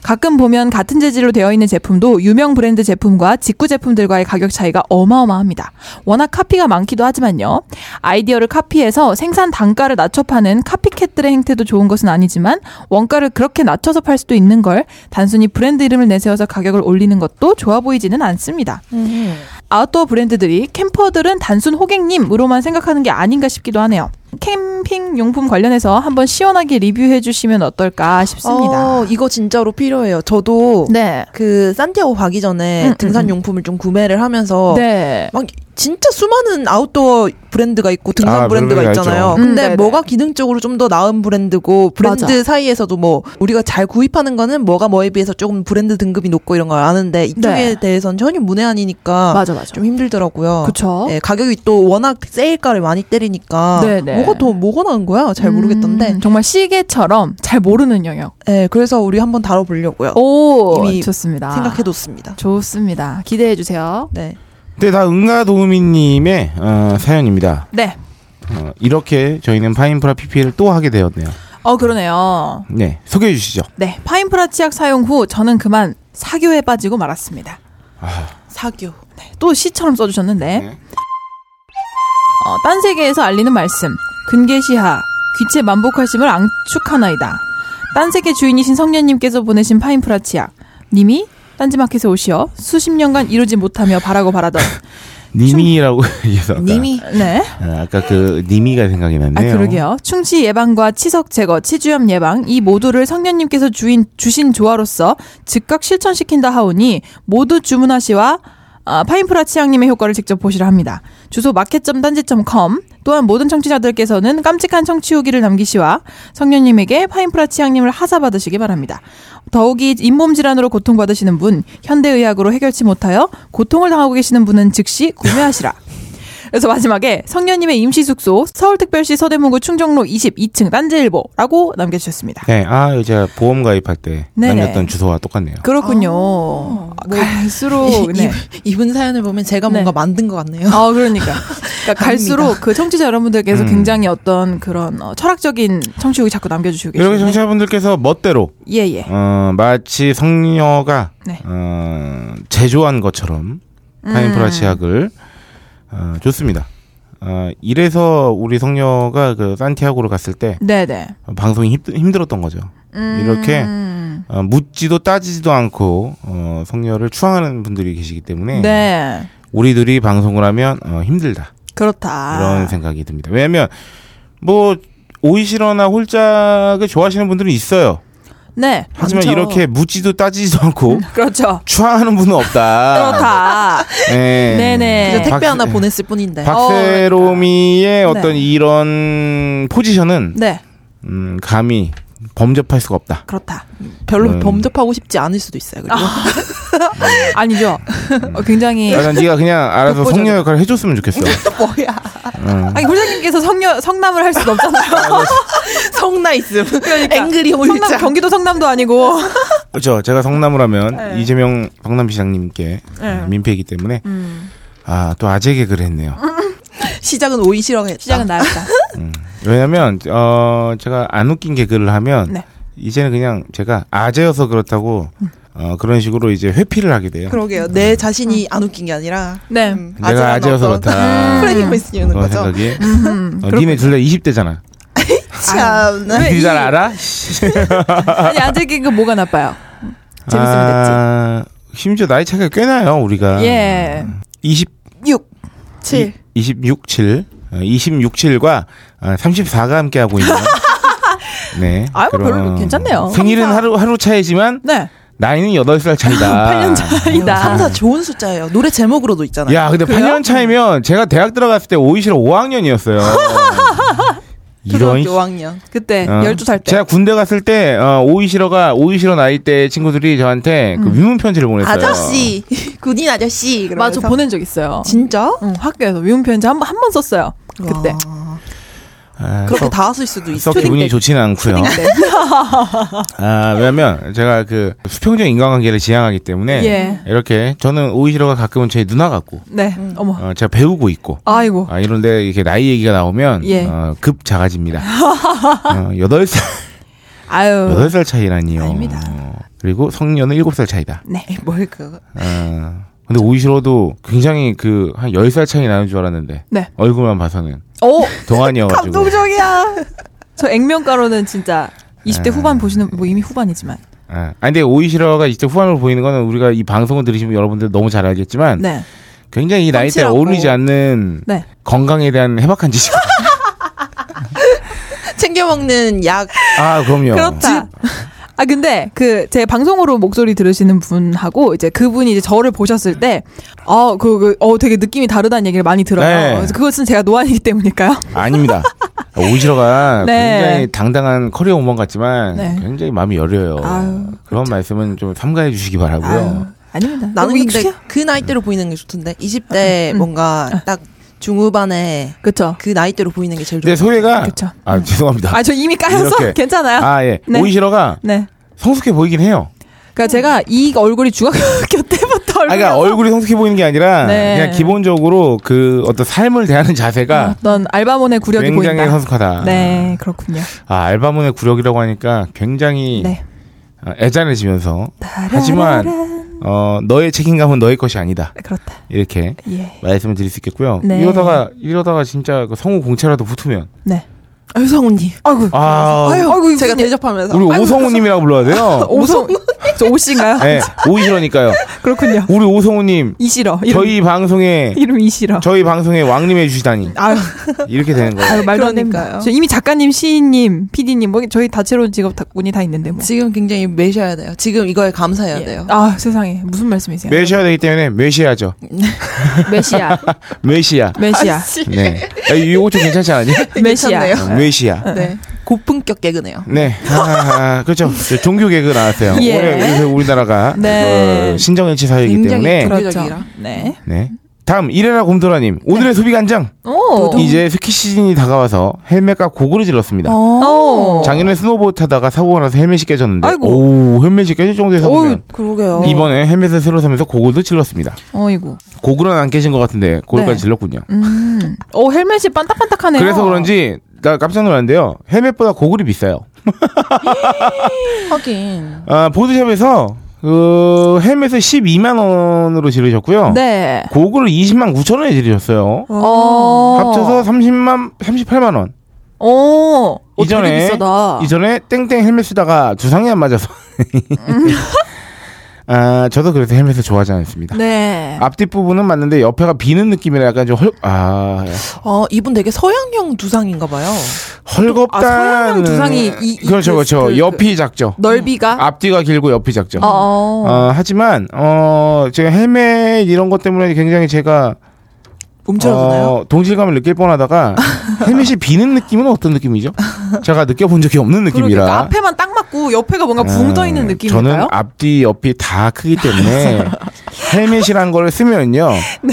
가끔 보면 같은 재질로 되어 있는 제품도 뭐 유명 브랜드 제품과 직구 제품들과의 가격 차이가 어마어마합니다. 워낙 카피가 많기도 하지만요. 아이디어를 카피해서 생산 단가를 낮춰 파는 카피캣들의 행태도 좋은 것은 아니지만 원가를 그렇게 낮춰서 팔 수도 있는 걸 단순히 브랜드 이름을 내세워서 가격을 올리는 것도 좋아 보이지는 않습니다. 음. 아웃도어 브랜드들이 캠퍼들은 단순 호객님으로만 생각하는 게 아닌가 싶기도 하네요. 캠핑 용품 관련해서 한번 시원하게 리뷰해 주시면 어떨까 싶습니다. 어, 이거 진짜로 필요해요. 저도 네. 그 산티아고 가기 전에 음, 음, 등산 음. 용품을 좀 구매를 하면서 네. 막 진짜 수많은 아웃도어 브랜드가 있고 등산 아, 브랜드가 브랜드가 있잖아요. 있죠. 음, 근데 네네. 뭐가 기능적으로 좀 더 나은 브랜드고 브랜드 맞아. 사이에서도 뭐 우리가 잘 구입하는 거는 뭐가 뭐에 비해서 조금 브랜드 등급이 높고 이런 걸 아는데 이쪽에 네. 대해서는 전혀 문외한이니까 맞아, 맞아. 좀 힘들더라고요. 그쵸. 네, 가격이 또 워낙 세일가를 많이 때리니까 네네. 뭐가 더 뭐가 나은 거야? 잘 모르겠던데. 음, 정말 시계처럼 잘 모르는 영역. 네, 그래서 우리 한번 어, 다뤄보려고요. 오, 이미 좋습니다. 생각해뒀습니다. 좋습니다. 기대해 주세요. 네. 네, 다 응가도우미님의 어, 사연입니다. 네. 어, 이렇게 저희는 파인프라 PP를 또 하게 되었네요. 어 그러네요. 네, 소개해 주시죠. 네. 파인프라 치약 사용 후 저는 그만 사교에 빠지고 말았습니다. 네. 사교. 또 시처럼 써주셨는데 네. 어, 딴 세계에서 알리는 말씀 근계시하 귀체 만복하심을 앙축하나이다 딴 세계 주인이신 성녀님께서 보내신 파인프라 치약 님이 딴지마켓에 오시어 수십 년간 이루지 못하며 바라고 바라던 님이라고 해서 아까, 네 아, 아까 그 님이가 생각이 아, 났네요. 그러게요. 충치 예방과 치석 제거, 치주염 예방 이 모두를 성년님께서 주인 주신 조화로서 즉각 실천시킨다 하오니 모두 주문하시와 아, 파인프라 치약님의 효과를 직접 보시라 합니다. 주소 마켓점 단지점 com 또한 모든 청취자들께서는 깜찍한 청취 후기를 남기시와 성년님에게 파인프라 치약님을 하사받으시기 바랍니다. 더욱이 잇몸 질환으로 고통받으시는 분, 현대의학으로 해결치 못하여 고통을 당하고 계시는 분은 즉시 구매하시라. 그래서 마지막에 성년님의 임시 숙소 서울특별시 서대문구 충정로 22층 딴지일보라고 남겨주셨습니다. 네, 아 이거 제가 보험 가입할 때 네네. 남겼던 주소와 똑같네요. 그렇군요. 아, 뭐, 갈수록 네. 이, 분 사연을 보면 제가 네. 뭔가 만든 것 같네요. 아 그러니까, 그러니까 갈수록 그 청취자 음. 여러분들께서 굉장히 어떤 그런 어, 철학적인 청취욕이 자꾸 남겨주시고 이렇게 계시네요. 청취자분들께서 멋대로 예예. 어, 마치 성녀가 네. 어, 제조한 것처럼 음. 파인프라 치약을 어, 좋습니다. 어, 이래서 우리 성녀가 그 산티아고를 갔을 때 네네. 방송이 힘, 힘들었던 거죠. 이렇게 음. 어, 묻지도 따지지도 않고 어, 성녀를 추앙하는 분들이 계시기 때문에 네. 우리들이 방송을 하면 어, 힘들다 그렇다. 이런 생각이 듭니다. 왜냐하면 뭐 오이시러나 홀짝을 좋아하시는 분들은 있어요. 네. 하지만 많죠. 이렇게 묻지도 따지지도 않고 그렇죠. 추앙하는 분은 없다. 그렇다. 네. 네네. 그냥 택배 박세- 하나 어, 보냈을 뿐인데. 박세롬이의 어, 어, 그러니까. 떤 네. 이런 포지션은 네. 음, 감히 범접할 수가 없다. 그렇다. 별로 음. 범접하고 싶지 않을 수도 있어요. 그리고 아. 아니죠. 어, 굉장히 아, 난 네가 그냥 알아서 독보적이다. 성녀 역할을 해줬으면 좋겠어. 뭐야? 응. 아니 홀장님께서 성녀 성남을 할 수는 없잖아요. 성나 있음. 그러니까 앵그리 성남 홀짝. 경기도 성남도 아니고. 그렇죠. 제가 성남을 하면 네. 이재명 성남시장님께 어, 민폐이기 때문에 음. 아 또 아재 개그를 했네요. 시작은 오이시라고 했다. 시작은 나였다. 왜냐면 어 제가 안 웃긴 개그를 하면 네. 이제는 그냥 제가 아재여서 그렇다고 어, 그런 식으로 이제 회피를 하게 돼요. 그러게요. 내 자신이 안 웃긴 게 아니라 음. 네. 음, 아. 음. 내가 아재여서 그렇다. 프레임을 쓰는 어, 그러니까 거죠. 생각이. 음. 어, 니네 둘 다 20대잖아. 참. 니네 잘 알아? 아니 아재개그 뭐가 나빠요? 재밌으면 됐지. 아, 심지어 나이 차이가 꽤 나요, 우리가. 예. 20, 6, 7. 26, 7. 26, 7과 34가 함께하고 있는. 네. 아유, 뭐 그런 별로 괜찮네요. 생일은 감사. 하루, 하루 차이지만 네. 나이는 8살 차이다. 8년 차이다. 3, 4 좋은 숫자예요. 노래 제목으로도 있잖아요. 야, 근데 8년 차이면 제가 대학 들어갔을 때 오이시로 5학년이었어요. 이런. 초등학교 5학년. 그때 어. 12살 때. 제가 군대 갔을 때 어, 오이시러가 오이시러 나이 때 친구들이 저한테 그 위문 편지를 보냈어요. 음. 아저씨. 군인 아저씨. 맞아 그러면서. 보낸 적 있어요. 진짜? 응, 학교에서 위문 편지 한 번 한 번 썼어요. 그때. 와. 아, 그렇게 썩- 다 왔을 수도 있어. 썩 기분이 좋지는 않고요. 아, 왜냐면 제가 그 수평적 인간관계를 지향하기 때문에 예. 이렇게 저는 오이시러가 가끔은 제 누나 같고 네. 어머. 어, 제가 배우고 있고 아이고. 아, 이런데 이렇게 나이 얘기가 나오면 예. 어, 급 작아집니다. 어, 8살, 아유. 8살 차이라니요. 아닙니다. 어, 그리고 성녀는 7살 차이다. 네. 뭘 그. 아, 근데 오이시러도 굉장히 그 한 10살 차이 나는 줄 알았는데 네. 얼굴만 봐서는 오, 동안이어가지고 감동적이야. 저 액면가로는 진짜 20대 후반 보시는 뭐 이미 후반이지만. 아, 아니, 근데 오이시러가 이제 후반으로 보이는 거는 우리가 이 방송을 들으시면 여러분들 너무 잘 알겠지만 네. 굉장히 이 나이 때 성실하고. 어울리지 않는 네. 건강에 대한 해박한 지식. 챙겨 먹는 약. 아, 그럼요. 그렇다. 아 근데 그 제 방송으로 목소리 들으시는 분하고 이제 그분이 이제 저를 보셨을 때아그어 되게 느낌이 다르다는 얘기를 많이 들어요. 네. 그래서 그것은 제가 노안이기 때문일까요? 아닙니다. 오이시러가 네. 굉장히 당당한 커리어 우먼 같지만 네. 굉장히 마음이 여려요. 아유, 그렇죠. 그런 말씀은 좀 삼가해 주시기 바라고요. 아유, 아닙니다. 나는 너무 근데 익숙해요. 그 나이대로 보이는 게 좋던데. 20대 음. 뭔가 딱 중후반에 그쵸. 그 나이대로 보이는 게 제일 좋아. 근데 소혜가 그쵸. 아 죄송합니다. 아저 이미 까여서 이렇게. 괜찮아요. 아 예. 네. 오이시러가 네. 성숙해 보이긴 해요. 그러니까 제가 이 얼굴이 중학교 때부터 아, 얼굴이 그러니까 얼굴이 성숙해 보이는 게 아니라 네. 그냥 기본적으로 그 어떤 삶을 대하는 자세가 어떤 알바몬의 아, 구력이 굉장히 보인다. 성숙하다. 네 그렇군요. 아 알바몬의 구력이라고 하니까 굉장히 네. 어, 애잔해지면서 하지만 어 너의 책임감은 너의 것이 아니다 네, 그렇다. 이렇게 예. 말씀을 드릴 수 있겠고요. 네. 이러다가 이러다가 진짜 그 성우 공채라도 붙으면 네. 아유, 성우님. 아이고. 아 아이고 제가 제가 대접하면서. 우리 오성우님이라고 불러야 돼요. 아, 오성 저 오씨인가요? 네, 오이시러니까요. 그렇군요. 우리 오성우님 이시러. 이름, 저희 방송에 이름 이시러. 저희 방송에 왕님 해주시다니 아유, 이렇게 되는 거예요. 아유 말도 안 됩니다. 그러니까요. 저 이미 작가님, 시인님, PD님 뭐 저희 다채로운 직업 다, 운이 다 있는데 뭐. 지금 굉장히 매셔야 돼요. 지금 이거에 감사해야 예. 돼요. 아 세상에 무슨 말씀이세요? 매셔야 되기 때문에 매셔야죠. 메시아, 매시야. 메시아, 네. 아, 이거 좀 괜찮지 않니? 메시아. 괜찮네요. 매시야. 네. 고품격 개그네요. 네. 아, 아, 그렇죠. 저 종교 개그 나왔어요. 예. 올해 요새 우리나라가 네. 그 신정일치 사회이기 굉장히 때문에 그렇- 그렇죠. 종교적이라. 네. 네. 다음 이래라 곰돌아님 오늘의 소비 간장 오. 이제 스키 시즌이 다가와서 헬멧과 고글을 질렀습니다. 오. 작년에 스노보드 타다가 사고가 나서 헬멧이 깨졌는데 어. 아이고. 오 헬멧이 깨질 정도의 어우, 사고면 그러게요. 이번에 헬멧을 새로 사면서 고글도 질렀습니다. 어이구. 고글은 안 깨진 것 같은데 고글까지 네. 질렀군요. 음. 오 헬멧이 반딱반딱하네요. 그래서 그런지 나 깜짝 놀랐는데요. 헬멧보다 고글이 비싸요. 하긴. 아, 보드샵에서 그 헬멧을 12만 원으로 지르셨고요. 네. 고글을 20만 9천 원에 지르셨어요. 어. 합쳐서 30만 38만 원. 오. 어, 되게 이전에 비싸다. 이전에 땡땡 헬멧 쓰다가 주상이 안 맞아서. 음. 아, 저도 그래서 헬멧을 좋아하지 않습니다. 네. 앞뒷 부분은 맞는데 옆에가 비는 느낌이라 약간 좀 헐, 아, 어, 이분 되게 서양형 두상인가 봐요. 아, 헐겁다. 서양형 두상이 이- 이- 그렇죠, 그- 그렇죠. 그- 옆이 작죠. 넓이가. 앞뒤가 길고 옆이 작죠. 어. 어. 어, 하지만 어 제가 헬멧 이런 것 때문에 굉장히 제가 움츠러드나요? 어, 동질감을 느낄 뻔하다가 헬멧이 비는 느낌은 어떤 느낌이죠? 제가 느껴본 적이 없는 아, 느낌이라. 그러니까 앞에만 딱 맞고 옆에가 뭔가 붕 떠 있는 음, 느낌인가요? 저는 앞뒤 옆이 다 크기 때문에 헬멧이란 걸 쓰면요.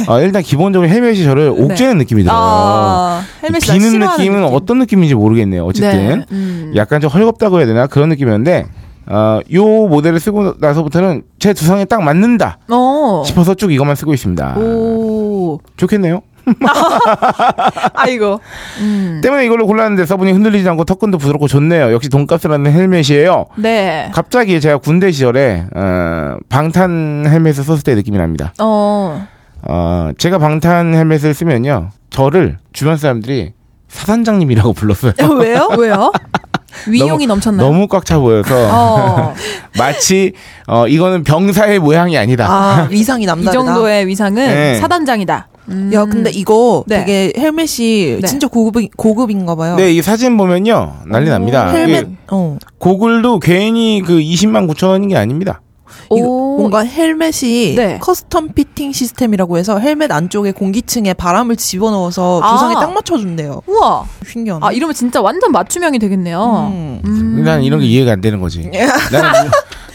어, 일단 기본적으로 헬멧이 저를 옥죄는 느낌이 들어요. 네. 아, 헬멧이 날 비는 싫어하는 느낌은 느낌. 어떤 느낌인지 모르겠네요. 어쨌든 네. 음. 약간 좀 헐겁다고 해야 되나 그런 느낌이었는데 어, 요 모델을 쓰고 나서부터는 제 두상에 딱 맞는다. 어. 아. 싶어서 쭉 이것만 쓰고 있습니다. 오. 좋겠네요. 아이고. 음. 때문에 이걸로 골랐는데 써보니 흔들리지 않고 턱끈도 부드럽고 좋네요. 역시 돈가스라는 헬멧이에요. 네. 갑자기 제가 군대 시절에 어, 방탄 헬멧을 썼을 때 느낌이 납니다. 어. 어, 제가 방탄 헬멧을 쓰면요, 저를 주변 사람들이 사단장님이라고 불렀어요. 아, 왜요? 왜요? 위용이 넘쳤나요? 너무 꽉 차 보여서 어. 마치 어, 이거는 병사의 모양이 아니다. 아, 위상이 음. 이 남다르다. 정도의 위상은 네. 사단장이다. 야, 근데 이거 네. 되게 헬멧이 네. 진짜 고급 고급인가 봐요. 네, 이 사진 보면요 음, 난리 납니다. 헬멧. 이게 어. 고글도 괜히 그 20만 9천 원인 게 아닙니다. 이거 오. 뭔가 헬멧이 네. 커스텀 피팅 시스템이라고 해서 헬멧 안쪽에 공기층에 바람을 집어넣어서 아. 두상에 딱 맞춰준대요. 우와. 신기하네. 아, 이러면 진짜 완전 맞춤형이 되겠네요. 음. 음. 난 이런 게 이해가 안 되는 거지. 나는, 무-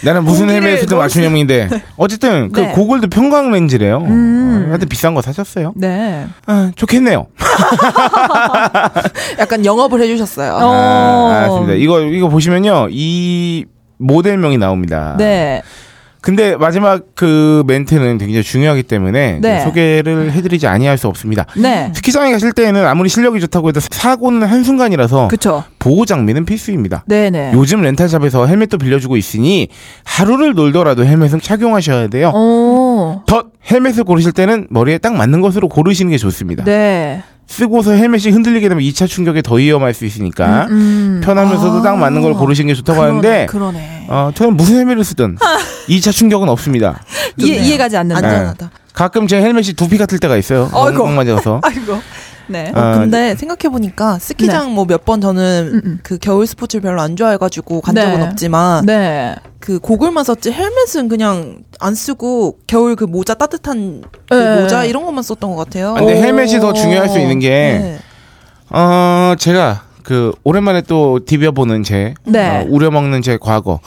나는 무슨 공기를 헬멧이든 넣을 맞춤형인데 어쨌든 그 네. 고글도 평광 렌즈래요. 음. 어, 하여튼 비싼 거 사셨어요. 네. 아, 좋겠네요. 약간 영업을 해주셨어요. 어. 아, 알았습니다. 이거 이거 보시면요 이 모델명이 나옵니다. 네. 근데 마지막 그 멘트는 굉장히 중요하기 때문에 네. 소개를 해드리지 아니할 수 없습니다. 네. 스키장에 가실 때에는 아무리 실력이 좋다고 해도 사고는 한순간이라서 그쵸. 보호 장비는 필수입니다. 네네. 요즘 렌탈샵에서 헬멧도 빌려주고 있으니 하루를 놀더라도 헬멧은 착용하셔야 돼요. 어. 오. 덧 헬멧을 고르실 때는 머리에 딱 맞는 것으로 고르시는 게 좋습니다. 네. 쓰고서 헬멧이 흔들리게 되면 2차 충격에 더 위험할 수 있으니까 음. 편하면서도 아. 딱 맞는 걸 고르시는 게 좋다고 하는데 그러네. 아. 어, 저는 무슨 헬멧을 쓰든 2차 충격은 없습니다. 이해, 이해가지 않는다. 네. 안전하다. 가끔 제 헬멧이 두피 같을 때가 있어요. 아이고. 엉망 맞아서. 아이고. 네. 아, 어, 근데 생각해보니까 스키장 뭐 몇 번 저는 음, 음. 그 겨울 스포츠를 별로 안 좋아해가지고 간 네. 적은 어. 없지만 네. 그 고글만 썼지 헬멧은 그냥 안 쓰고 겨울 그 모자 따뜻한 그 네. 모자 이런 것만 썼던 것 같아요. 아, 근데 헬멧이 더 중요할 수 있는 게 네. 어, 제가 그 오랜만에 또 디벼보는 제 네. 어, 우려먹는 제 과거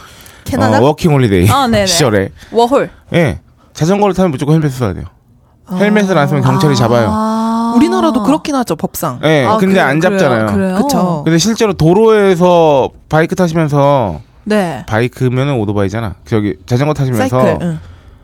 캐나다? 어, 워킹 홀리데이 아, 네네. 시절에 워홀. 예 자전거를 타면 무조건 헬멧 써야 돼요. 헬멧을 안 쓰면 경찰이 잡아요. 아. 우리나라도 그렇긴 하죠 법상. 예, 아, 근데 그래- 안 그래요? 잡잖아요. 그래요? 그쵸. 근데 실제로 도로에서 바이크 타시면서 네. 바이크면은 오토바이잖아. 저기 자전거 타시면서 사이클. 응.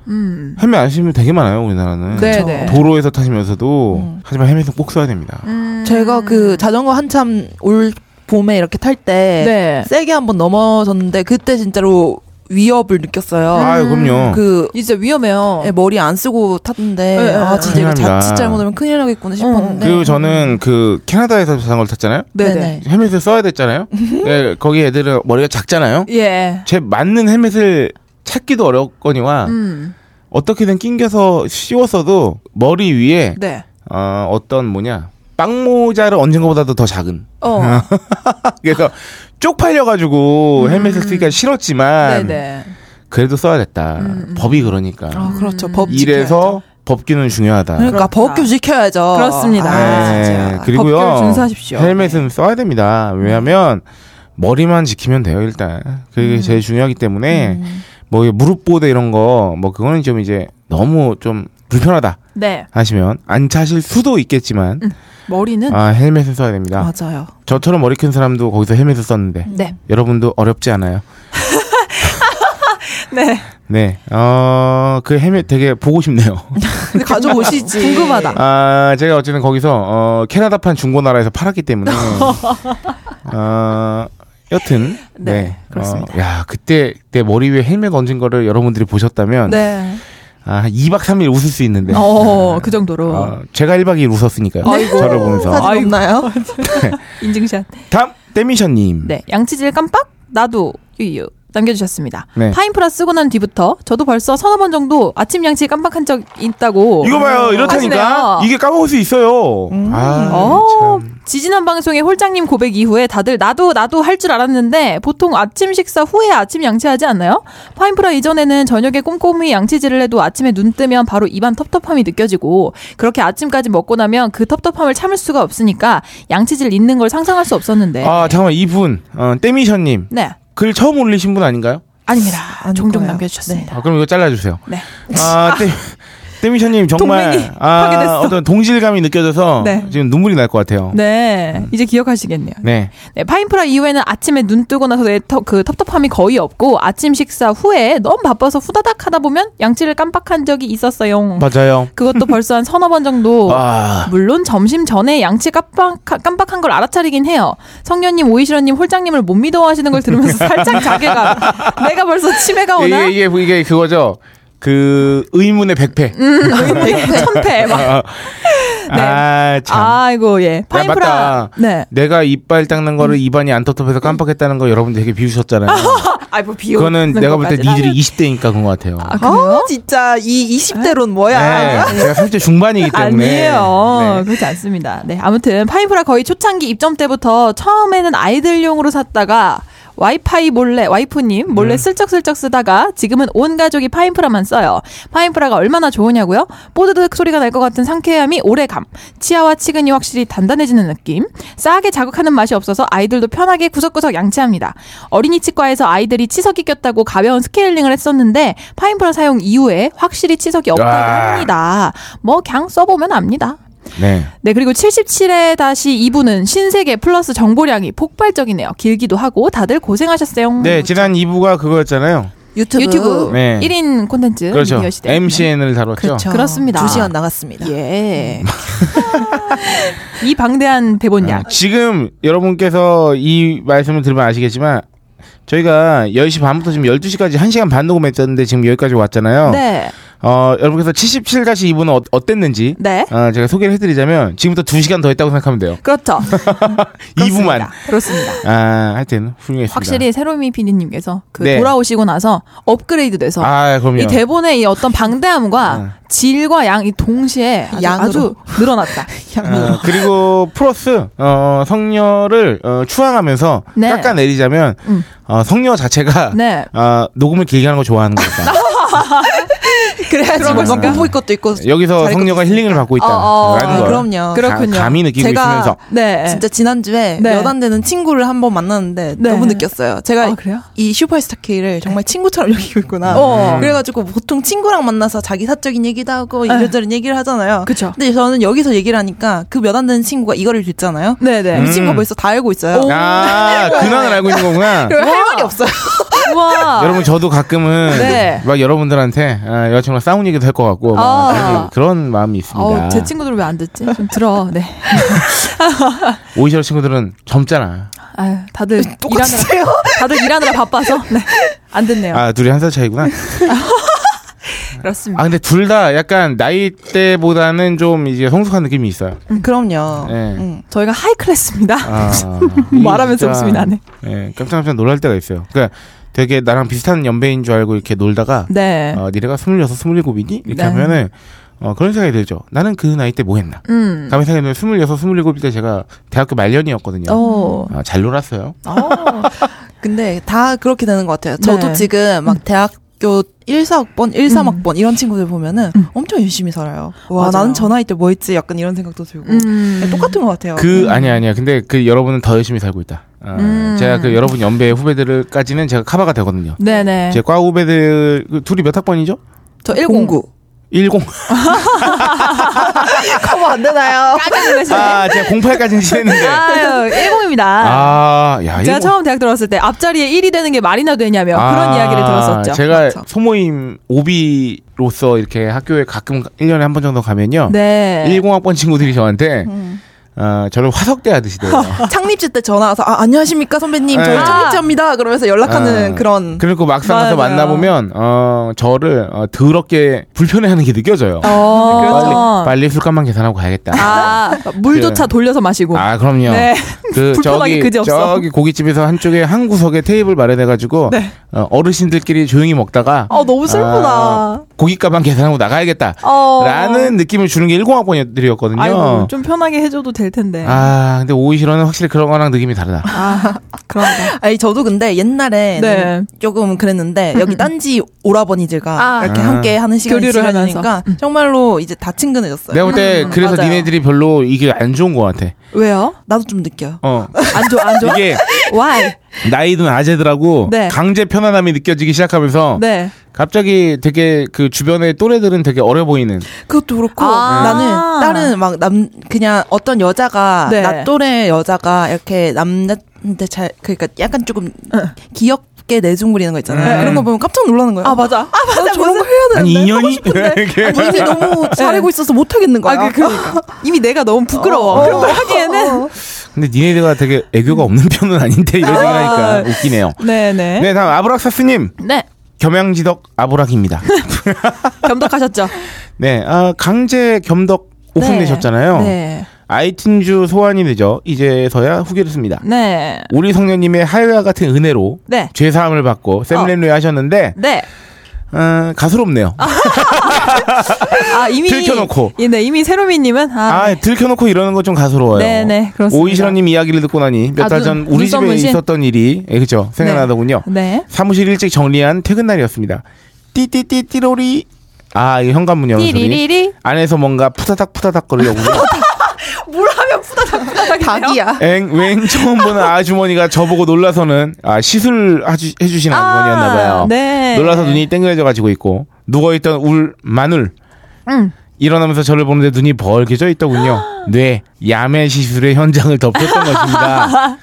음. 헬멧 안 쓰면 되게 많아요 우리나라는. 네, 네. 도로에서 타시면서도 하지만 헬멧은 꼭 써야 됩니다. 음. 제가 그 자전거 한참 올 봄에 이렇게 탈 때 네. 세게 한번 넘어졌는데 그때 진짜로 위협을 느꼈어요. 아유 그럼요. 그 진짜 위험해요. 예, 머리 안 쓰고 탔는데 네, 아 네. 진짜 이거 큰일 납니다. 자칫 잘못하면 큰일 어, 나겠구나 싶었는데 그리고 저는 그 캐나다에서 자전거를 탔잖아요. 네네. 헬멧을 써야 됐잖아요. 네, 거기 애들은 머리가 작잖아요. 예. 제 맞는 헬멧을 찾기도 어렵거니와 음. 어떻게든 낑겨서 씌웠어도 머리 위에 네. 어, 어떤 뭐냐 빵모자를 얹은 것보다도 더 작은. 어. 그래서 음. 쪽팔려가지고 헬멧을 쓰기가 싫었지만 네네. 그래도 써야 됐다. 법이 그러니까 음, 아 그렇죠 법 지켜야죠. 이래서 법규는 중요하다. 그렇다. 그러니까 법규 지켜야죠 그렇습니다. 아, 네. 진짜. 그리고요. 법규를 준수하십시오. 네. 헬멧은 써야 됩니다. 왜냐하면 머리만 지키면 돼요 일단. 음. 그게 제일 중요하기 때문에 뭐 무릎 보호대 이런 거 뭐 그거는 좀 이제 너무 좀 불편하다 네. 하시면 안 차실 수도 있겠지만 음. 머리는 아 헬멧은 써야 됩니다. 맞아요 저처럼 머리 큰 사람도 거기서 헬멧을 썼는데 네. 여러분도 어렵지 않아요. 네. 네, 어그 헬멧 되게 보고 싶네요. 근데 가져오시지 궁금하다 아, 제가 어쨌든 거기서 어, 캐나다판 중고나라에서 팔았기 때문에 어, 여튼 네, 그렇습니다. 어, 야, 그때 내 머리 위에 헬멧 얹은 거를 여러분들이 보셨다면 네. 아, 한 2박 3일 웃을 수 있는데. 어, 그 정도로. 어, 제가 1박 2일 웃었으니까요. 저를 보면서. 사진 아이고. 없나요? 인증샷. 다음 데미션 님. 네. 양치질 깜빡? 나도. 유유. 남겨주셨습니다. 네. 파인프라 쓰고 난 뒤부터 저도 벌써 서너 번 정도 아침 양치 깜빡한 적 있다고. 이거 봐요. 이렇다니까. 음, 하시네요. 음. 이게 까먹을 수 있어요. 아, 어, 참. 지지난 방송의 홀장님 고백 이후에 다들 나도 나도 할 줄 알았는데 보통 아침 식사 후에 아침 양치하지 않나요? 파인프라 이전에는 저녁에 꼼꼼히 양치질을 해도 아침에 눈 뜨면 바로 입안 텁텁함이 느껴지고 그렇게 아침까지 먹고 나면 그 텁텁함을 참을 수가 없으니까 양치질 있는 걸 상상할 수 없었는데. 아, 잠깐만 이분 어, 데미션 님. 네. 글 처음 올리신 분 아닌가요? 아닙니다. 아닐 종종 거예요. 남겨주셨습니다. 아, 그럼 이거 잘라 주세요. 네. 아, 데, 데미션님 정말 동맹이 아, 파괴됐어. 어떤 동질감이 느껴져서 네. 지금 눈물이 날 것 같아요. 네, 이제 기억하시겠네요. 네. 네, 파인프라 이후에는 아침에 눈 뜨고 나서 내 터- 그 텁텁함이 거의 없고 아침 식사 후에 너무 바빠서 후다닥 하다 보면 양치를 깜빡한 적이 있었어요. 맞아요. 그것도 벌써 한 서너 번 정도. 아, 물론 점심 전에 양치 깜빡, 깜빡한 걸 알아차리긴 해요. 성년님, 오이시러님, 홀장님을 못 믿어 하시는 걸 들으면서 살짝 자괴감. 내가 벌써 치매가 오나? 이게, 이게 이게 그거죠. 그 의문의 백패. 음, 뭐 천패. 막. 아, 아, 참. 네. 아이고, 예. 파인프라. 맞다. 네. 음. 내가 이빨 닦는 거를 입안이 안 텁텁해서 깜빡했다는 거 여러분 되게 비웃으셨잖아요. 아이, 뭐 비오. 그거는 내가 볼 때 니들이 20대니까 그런 것 같아요. 아, 그래요? 진짜 이 20대론 뭐야? 네, 제가 30대 중반이기 때문에. 아니에요. 네. 그렇지 않습니다. 네. 아무튼 파인프라 거의 초창기 입점 때부터 처음에는 아이들용으로 샀다가 와이파이 몰래 와이프님 몰래 슬쩍슬쩍 쓰다가 지금은 온 가족이 파인프라만 써요. 파인프라가 얼마나 좋으냐고요? 뽀드득 소리가 날 것 같은 상쾌함이 오래감. 치아와 치근이 확실히 단단해지는 느낌. 싸게 자극하는 맛이 없어서 아이들도 편하게 구석구석 양치합니다. 어린이 치과에서 아이들이 치석이 꼈다고 가벼운 스케일링을 했었는데 파인프라 사용 이후에 확실히 치석이 없다고 아. 합니다. 뭐 그냥 써보면 압니다. 네. 네, 그리고 77회 다시 2부는 신세계 플러스 정보량이 폭발적이네요. 길기도 하고 다들 고생하셨어요. 네, 지난 2부가 그거였잖아요. 유튜브. 유튜브 네. 1인 콘텐츠 그렇죠. 미디어 시대. MCN을 다뤘죠. 그렇죠. 그렇습니다. 두 시간 나갔습니다. 예. 이 방대한 대본량. 아, 지금 여러분께서 이 말씀을 들으면 아시겠지만 저희가 10시 반부터 지금 12시까지 1시간 반 녹음했었는데 지금 여기까지 왔잖아요. 네. 어, 여러분께서 77-2부는 어, 어땠는지 네. 어, 제가 소개를 해드리자면 지금부터 2시간 더 했다고 생각하면 돼요. 그렇죠. 2부만. 그렇습니다. 아, 하여튼 훌륭했습니다. 확실히 새로미 PD님께서 그 네. 돌아오시고 나서 업그레이드 돼서 아, 그럼요. 아. 이 대본의 이 어떤 방대함과 질과 양이 동시에 아주, 양으로. 아주 늘어났다. 어, 그리고 플러스 어, 성녀를 어, 추앙하면서 네. 깎아내리자면 음. 어, 성녀 자체가 네. 어, 녹음을 길게 하는 걸 좋아하는 거니까 그래야지 뭔가 그러니까. 공부 것도 있고 여기서 잘 성녀가 걷고 힐링을 받고 있다. 어, 어, 라는 걸 그럼요. 그렇군요. 가, 감히 느끼고 제가- 있으면서 네. 진짜 지난주에 네. 몇 안 되는 친구를 한 번 만났는데 네. 너무 느꼈어요. 제가 아, 그래요? 이 슈퍼스타 K를 정말 친구처럼 여기고 있구나. 네. 어. 그래가지고 보통 친구랑 만나서 자기 사적인 얘기도 하고 이런저런 얘기를 하잖아요. 네. 그쵸. 근데 저는 여기서 얘기를 하니까 그 몇 안 되는 친구가 이거를 듣잖아요. 네네. 음. 이 친구가 벌써 다 알고 있어요. 아 근황을 알고 있는 거구나. 할 말이 없어요. 우와. 여러분 저도 가끔은 네. 막 여러분들한테 아, 여자친구랑 싸운 얘기도 할 것 같고 막 아. 그런 마음이 있습니다. 어우, 제 친구들 왜 안 듣지? 좀 들어. 네. 오이시러 친구들은 젊잖아. 아유, 다들 일하느라 다들 일하느라 바빠서 네. 안 듣네요. 아 둘이 한 살 차이구나. 그렇습니다. 아 근데 둘 다 약간 나이 때보다는 좀 이제 성숙한 느낌이 있어요. 그럼요. 예. 음. 저희가 하이 클래스입니다. 아, 말하면서 이게 진짜, 웃음이 나네. 예, 깜짝깜짝 놀랄 때가 있어요. 그러니까 되게 나랑 비슷한 연배인 줄 알고 이렇게 놀다가 네. 어, 니네가 스물여섯, 스물일곱이니 이렇게 네. 하면은 어, 그런 생각이 들죠. 나는 그 나이 때 뭐 했나? 음. 가만히 생각해보면 스물여섯, 스물일곱일 때 제가 대학교 말년이었거든요. 어. 아, 잘 놀았어요. 근데 다 그렇게 되는 것 같아요. 네. 저도 음. 지금 막 대학교 1사학번, 1삼학번 이런 친구들 보면은 엄청 열심히 살아요. 와, 맞아요. 나는 저 나이 때 뭐 했지? 약간 이런 생각도 들고. 네, 음. 똑같은 것 같아요. 그 아니야 아니야. 근데 그 여러분은 더 열심히 살고 있다. 아, 음. 제가 그 여러분 연배 후배들까지는 제가 카바가 되거든요. 네네. 제 과 후배들 그 둘이 몇 학번이죠? 저 109. 일공. 커버 어, 안 되나요? 깜짝 놀랐어요. 아, 제가 08까지는 지냈는데. 아유, 10입니다. 아, 야, 제가 일공. 처음 대학 들어왔을 때 앞자리에 1이 되는 게 말이나 되냐며 그런 아, 이야기를 들었었죠. 제가 소모임 오비로서 이렇게 학교에 가끔 1년에 한 번 정도 가면요. 네. 음. 10학번 친구들이 저한테 어, 저를 화석대 하듯이 돼요. 창립집 때 전화 와서 아, 안녕하십니까 선배님 저희 네. 창립자입니다 그러면서 연락하는 아. 그런 그리고 막상 가서 맞아요. 만나보면 어, 저를 어, 더럽게 불편해하는 게 느껴져요. 어. 빨리, 빨리 술값만 계산하고 가야겠다. 아, 물조차 그- 돌려서 마시고. 아, 그럼요. 네. 그 불편하기 저기 그지없어. 저기 고깃집에서 한쪽에 한 구석에 테이블 마련해 가지고 어, 르신들끼리 조용히 먹다가 네. 어, 너무 슬프다. 아, 고깃 가방 계산하고 나가야겠다. 어. 라는 느낌을 주는 게 10학번들이었거든요. 아이고, 좀 편하게 해줘도 될 텐데. 아, 근데 오이시로는 확실히 그런 거랑 느낌이 다르다. 아, 그런가. 아니 저도 근데 옛날에 네. 음. 조금 그랬는데 여기 딴지 오라버니들과 아. 이렇게 아. 함께 하는 시간이 교류를 음. 지나니까 정말로 네. 이제 다 친근해졌어요 내가 볼 때 그래서 맞아요. 니네들이 별로 이게 안 좋은 것 같아. 왜요? 나도 좀 느껴요 어. 안 좋아, 안 좋아. 이게 Why? 나이든 아재들하고 네. 강제 편안함이 느껴지기 시작하면서 네. 갑자기 되게 그 주변의 또래들은 되게 어려 보이는 그것도 그렇고 아. 나는 다른 막 남 그냥 어떤 여자가 네. 나 또래 여자가 이렇게 남자한테 잘 그러니까 약간 조금 귀엽게 내숭부리는 거 있잖아요. 음. 그런 거 보면 깜짝 놀라는 거예요. 아, 맞아. 아, 맞아. 어, 나 저런 무슨- 거 해야 되는데 아니 하고 인연이 싶은데 이렇게 본인이 너무 잘하고 있어서 못 하겠는 거야. 네. 아, 그, 그러니까. 이미 내가 너무 부끄러워. 어. 그런 걸 하기에는. 근데 니네가 되게 애교가 없는 편은 아닌데 이런 아. 생각하니까 웃기네요. 네네. 네, 다음 아브락사스님 네. 겸양지덕 아브락입니다. 겸덕하셨죠? 네, 아, 강제 겸덕 오픈되셨잖아요. 네. 아이튠즈 소환이 되죠. 이제서야 후기를 씁니다. 네. 우리 성녀님의 하여와 같은 은혜로 네. 죄 사함을 받고 샘렌루에 하셨는데 네. 어, 가스롭네요. 아, 아, 이미. 들켜놓고. 예, 네, 이미 세로미님은. 아, 네. 들켜놓고 이러는 건 좀 가스로워요. 네, 네, 그렇습니다. 오이시라님 이야기를 듣고 나니 몇 아, 달 눈- 전 우리 집에 눈썹 문신? 있었던 일이 예, 그죠 생각나더군요. 네. 사무실 일찍 정리한 퇴근 날이었습니다. 띠띠띠띠로리 아이 현관문 여는 소리 띠리리리. 안에서 뭔가 푸다닥 푸다닥 거리려고 뭘 하면 푸다닥 푸다닥 닭이야. 엥웬 처음 보는 아주머니가 저보고 놀라서는 아 시술 하주- 해주시는 아주머니였나 봐요. 네. 놀라서 눈이 땡그려져 가지고 있고 누워있던 울 마눌 응. 일어나면서 저를 보는데 눈이 벌게 져 있더군요. 뇌 야매 시술의 현장을 덮었던 것입니다.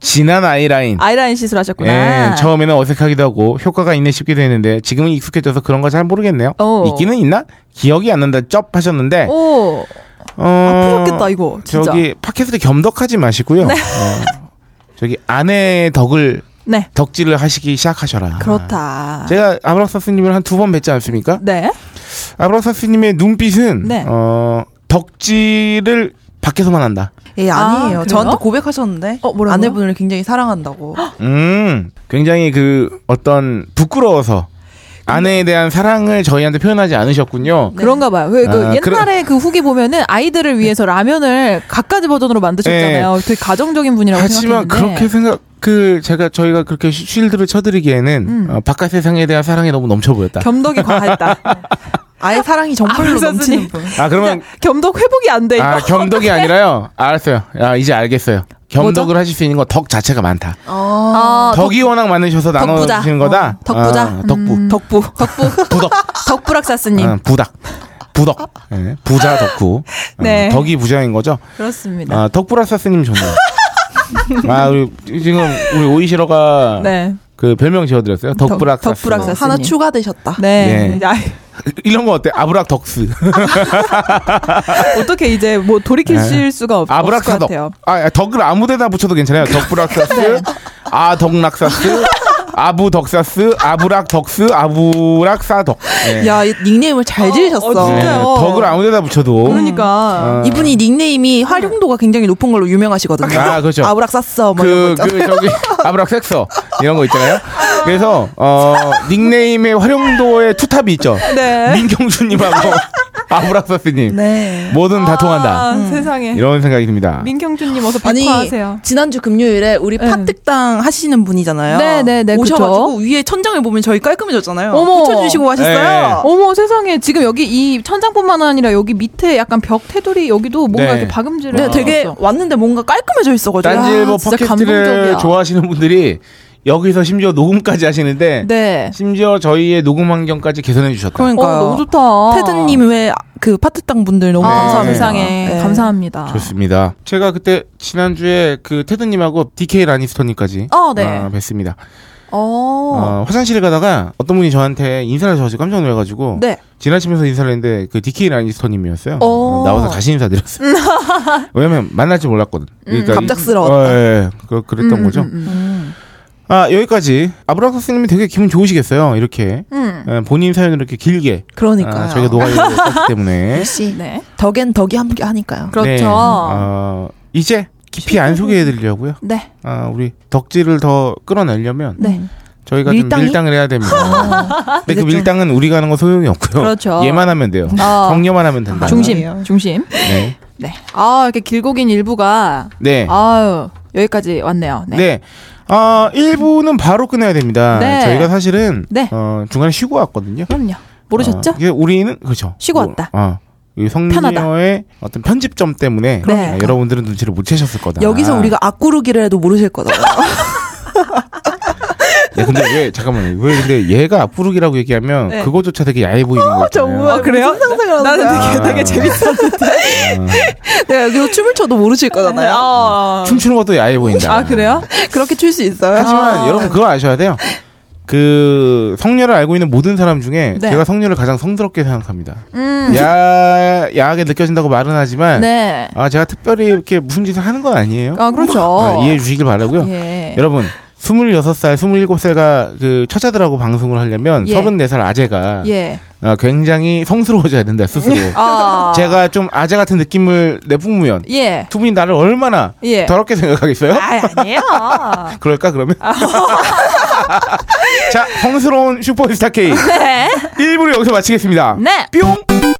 진한 아이라인. 아이라인 시술하셨구나. 예, 처음에는 어색하기도 하고 효과가 있네 싶기도 했는데 지금은 익숙해져서 그런 거 잘 모르겠네요. 어. 있기는 있나? 기억이 안 난다. 쩝 하셨는데. 오. 어, 아프셨겠다, 이거. 진짜. 저기 팟캐스트 겸덕하지 마시고요. 어, 저기 아내의 덕을 네. 덕질을 하시기 시작하셔라. 그렇다. 아, 제가 아브라서스님을 한 두 번 뵀지 않습니까? 네. 아브라서스님의 눈빛은 네. 어, 덕질을 밖에서만 한다. 예 아니에요. 아, 그래요? 저한테 고백하셨는데 어, 뭐라고요? 아내분을 굉장히 사랑한다고. 음, 굉장히 그 어떤 부끄러워서 아내에 대한 사랑을 저희한테 표현하지 않으셨군요. 네. 그런가 봐요. 그, 그 아, 옛날에 그 후기 보면은 아이들을 위해서 라면을 각가지 버전으로 만드셨잖아요. 되게 가정적인 분이라고 예. 하지만 생각했는데. 그렇게 생각 그 제가 저희가 그렇게 쉴- 쉴드를 쳐드리기에는 어, 바깥 세상에 대한 사랑이 너무 넘쳐 보였다. 음. 겸덕이 과했다. 아예 사랑이 정말로 아무리 넘치는 선생님. 분. 아 그러면 겸덕 회복이 안 돼. 아 이거. 겸덕이 아니라요. 알았어요. 아 이제 알겠어요. 겸덕을 하실 수 있는 건 덕 자체가 많다. 아, 덕이 워낙 많으셔서 덕부자. 나눠주시는 거다. 어, 덕부자. 아, 덕부. 음, 덕부. 덕부. 부덕. 덕부락사스님. 아, 부닥. 부덕. 예, 부자 덕후. 아, 네. 덕이 부자인 거죠. 그렇습니다. 아, 덕브라사스님 좋네요. 아, 우리 지금 우리 오이시러가 네. 그 별명 지어드렸어요. 덕브락사스. 덕브락사스. 하나 선생님. 추가되셨다. 네. 네. 아, 이런 거 어때? 아브락 덕스. 어떻게 이제 뭐 돌이키실 수가 없, 없을 것 예. 아브락사덕. 같아요. 아, 아, 덕을 아무 데나 붙여도 괜찮아요. 덕브락사스, 아, 아덕락사스, 아부덕사스, 아브락덕스, 아브락사덕. 네. 야, 이 닉네임을 잘 지으셨어. 어, 네, 진짜요? 덕을 아무 데나 붙여도. 아, 그러니까. 네. 이분이 닉네임이 활용도가 굉장히 높은 걸로 유명하시거든요. 아, 그렇죠. 아브락 쌌어. 뭐 이런 거 그, 있잖아요. 그, 저기, 아브락 섹서. 이런 거 있잖아요. 그래서, 어, 닉네임의 활용도의 투탑이 있죠. 네. 민경준님하고 아브락 사스님. 네. 뭐든 다 아, 통한다. 세상에. 이런 생각이 듭니다. 민경준님 어서 아니 백화하세요. 지난주 금요일에 우리 네. 팥득당 하시는 분이잖아요. 네, 네, 네, 오셔가지고 위에 천장을 보면 저희 깔끔해졌잖아요. 어머. 붙여주시고 하셨어요. 네. 어머 세상에 지금 여기 이 천장뿐만 아니라 여기 밑에 약간 벽 테두리 여기도 뭔가 네. 이렇게 박음질을 네, 해놨어. 되게 왔는데 뭔가 깔끔해져 있어가지고 딴지일보 아, 진짜 팟캐스트를 감동적이야. 좋아하시는 분들이 여기서 심지어 녹음까지 하시는데 네. 심지어 저희의 녹음 환경까지 개선해 주셨다. 어, 그러니까요. 너무 좋다. 테드님 외 그 팥득당 분들 너무 아, 감사합니다. 세상에 네. 감사합니다. 좋습니다. 제가 그때 지난주에 그 테드님하고 DK 라니스터님까지 어, 네. 아, 뵀습니다. 어. 어, 화장실에 가다가 어떤 분이 저한테 인사를 하셔서 깜짝 놀라가지고 네. 지나치면서 인사를 했는데 그 DK 라니스터님이었어요. 어. 나와서 다시 인사드렸어요. 왜냐면 만날 줄 몰랐거든. 그러니까 갑작스러웠다. 어, 예, 예. 그, 음, 그랬던 음, 거죠. 음, 음. 아 여기까지 아브라카 스님이 되게 기분 좋으시겠어요. 이렇게 음. 예, 본인 사연을 이렇게 길게 그러니까요. 아, 저희가 녹아 있었기 때문에 네. 덕엔 덕이 함께 하니까요. 그렇죠. 네. 어, 이제 깊이 안 소개해드리려고요. 네. 아, 우리 덕질을 더 끌어내려면 네. 어. 저희가 밀당이? 좀 밀당을 해야 됩니다. 근데 그 밀당은 우리가 하는 건 소용이 없고요. 그렇죠. 얘만 하면 돼요. 어. 정려만 하면 된다. 중심. 중심. 네. 네. 아, 이렇게 길고 긴 일부가 네. 아유, 여기까지 어, 왔네요. 네. 네. 아, 1부는 바로 끊어야 됩니다. 네. 저희가 사실은 네. 어, 중간에 쉬고 왔거든요. 그럼요. 모르셨죠? 어, 이게 우리는 그렇죠. 쉬고 뭐, 왔다. 어. 이 성녀의 어떤 편집점 때문에 네. 아, 여러분들은 눈치를 못 채셨을 거다. 여기서 우리가 악구르기를 해도 모르실 거잖아요. 야, 네, 근데 왜 잠깐만 왜 근데 얘가 앞부르기라고 얘기하면 네. 그거조차 되게 야해 보이는 거 있잖아요. 아, 그래요? 무슨 상상을 하는 나는 거야? 아, 되게, 되게 재밌었는데. 내가 여기서 춤을 춰도 모르실 거잖아요. 어. 춤추는 것도 야해 보인다. 아, 그래요? 그렇게 출 수 있어요? 아. 하지만 여러분 그거 아셔야 돼요. 그 성녀를 알고 있는 모든 사람 중에 네. 제가 성녀를 가장 성스럽게 생각합니다. 음. 야 야하게 느껴진다고 말은 하지만 네. 아 제가 특별히 이렇게 무슨 짓을 하는 건 아니에요. 아, 그렇죠. 아, 이해해 주시길 바라고요. 예. 여러분 26살, 27세가 그 처자들하고 방송을 하려면 예. 34살 아재가 예. 아, 굉장히 성스러워져야 된다 스스로. 아. 제가 좀 아재 같은 느낌을 내뿜으면 예. 두 분이 나를 얼마나 예. 더럽게 생각하겠어요? 아, 아니에요. 그럴까 그러면? 자, 성스러운 슈퍼스타 K 네. 1부를 여기서 마치겠습니다. 네. 뿅!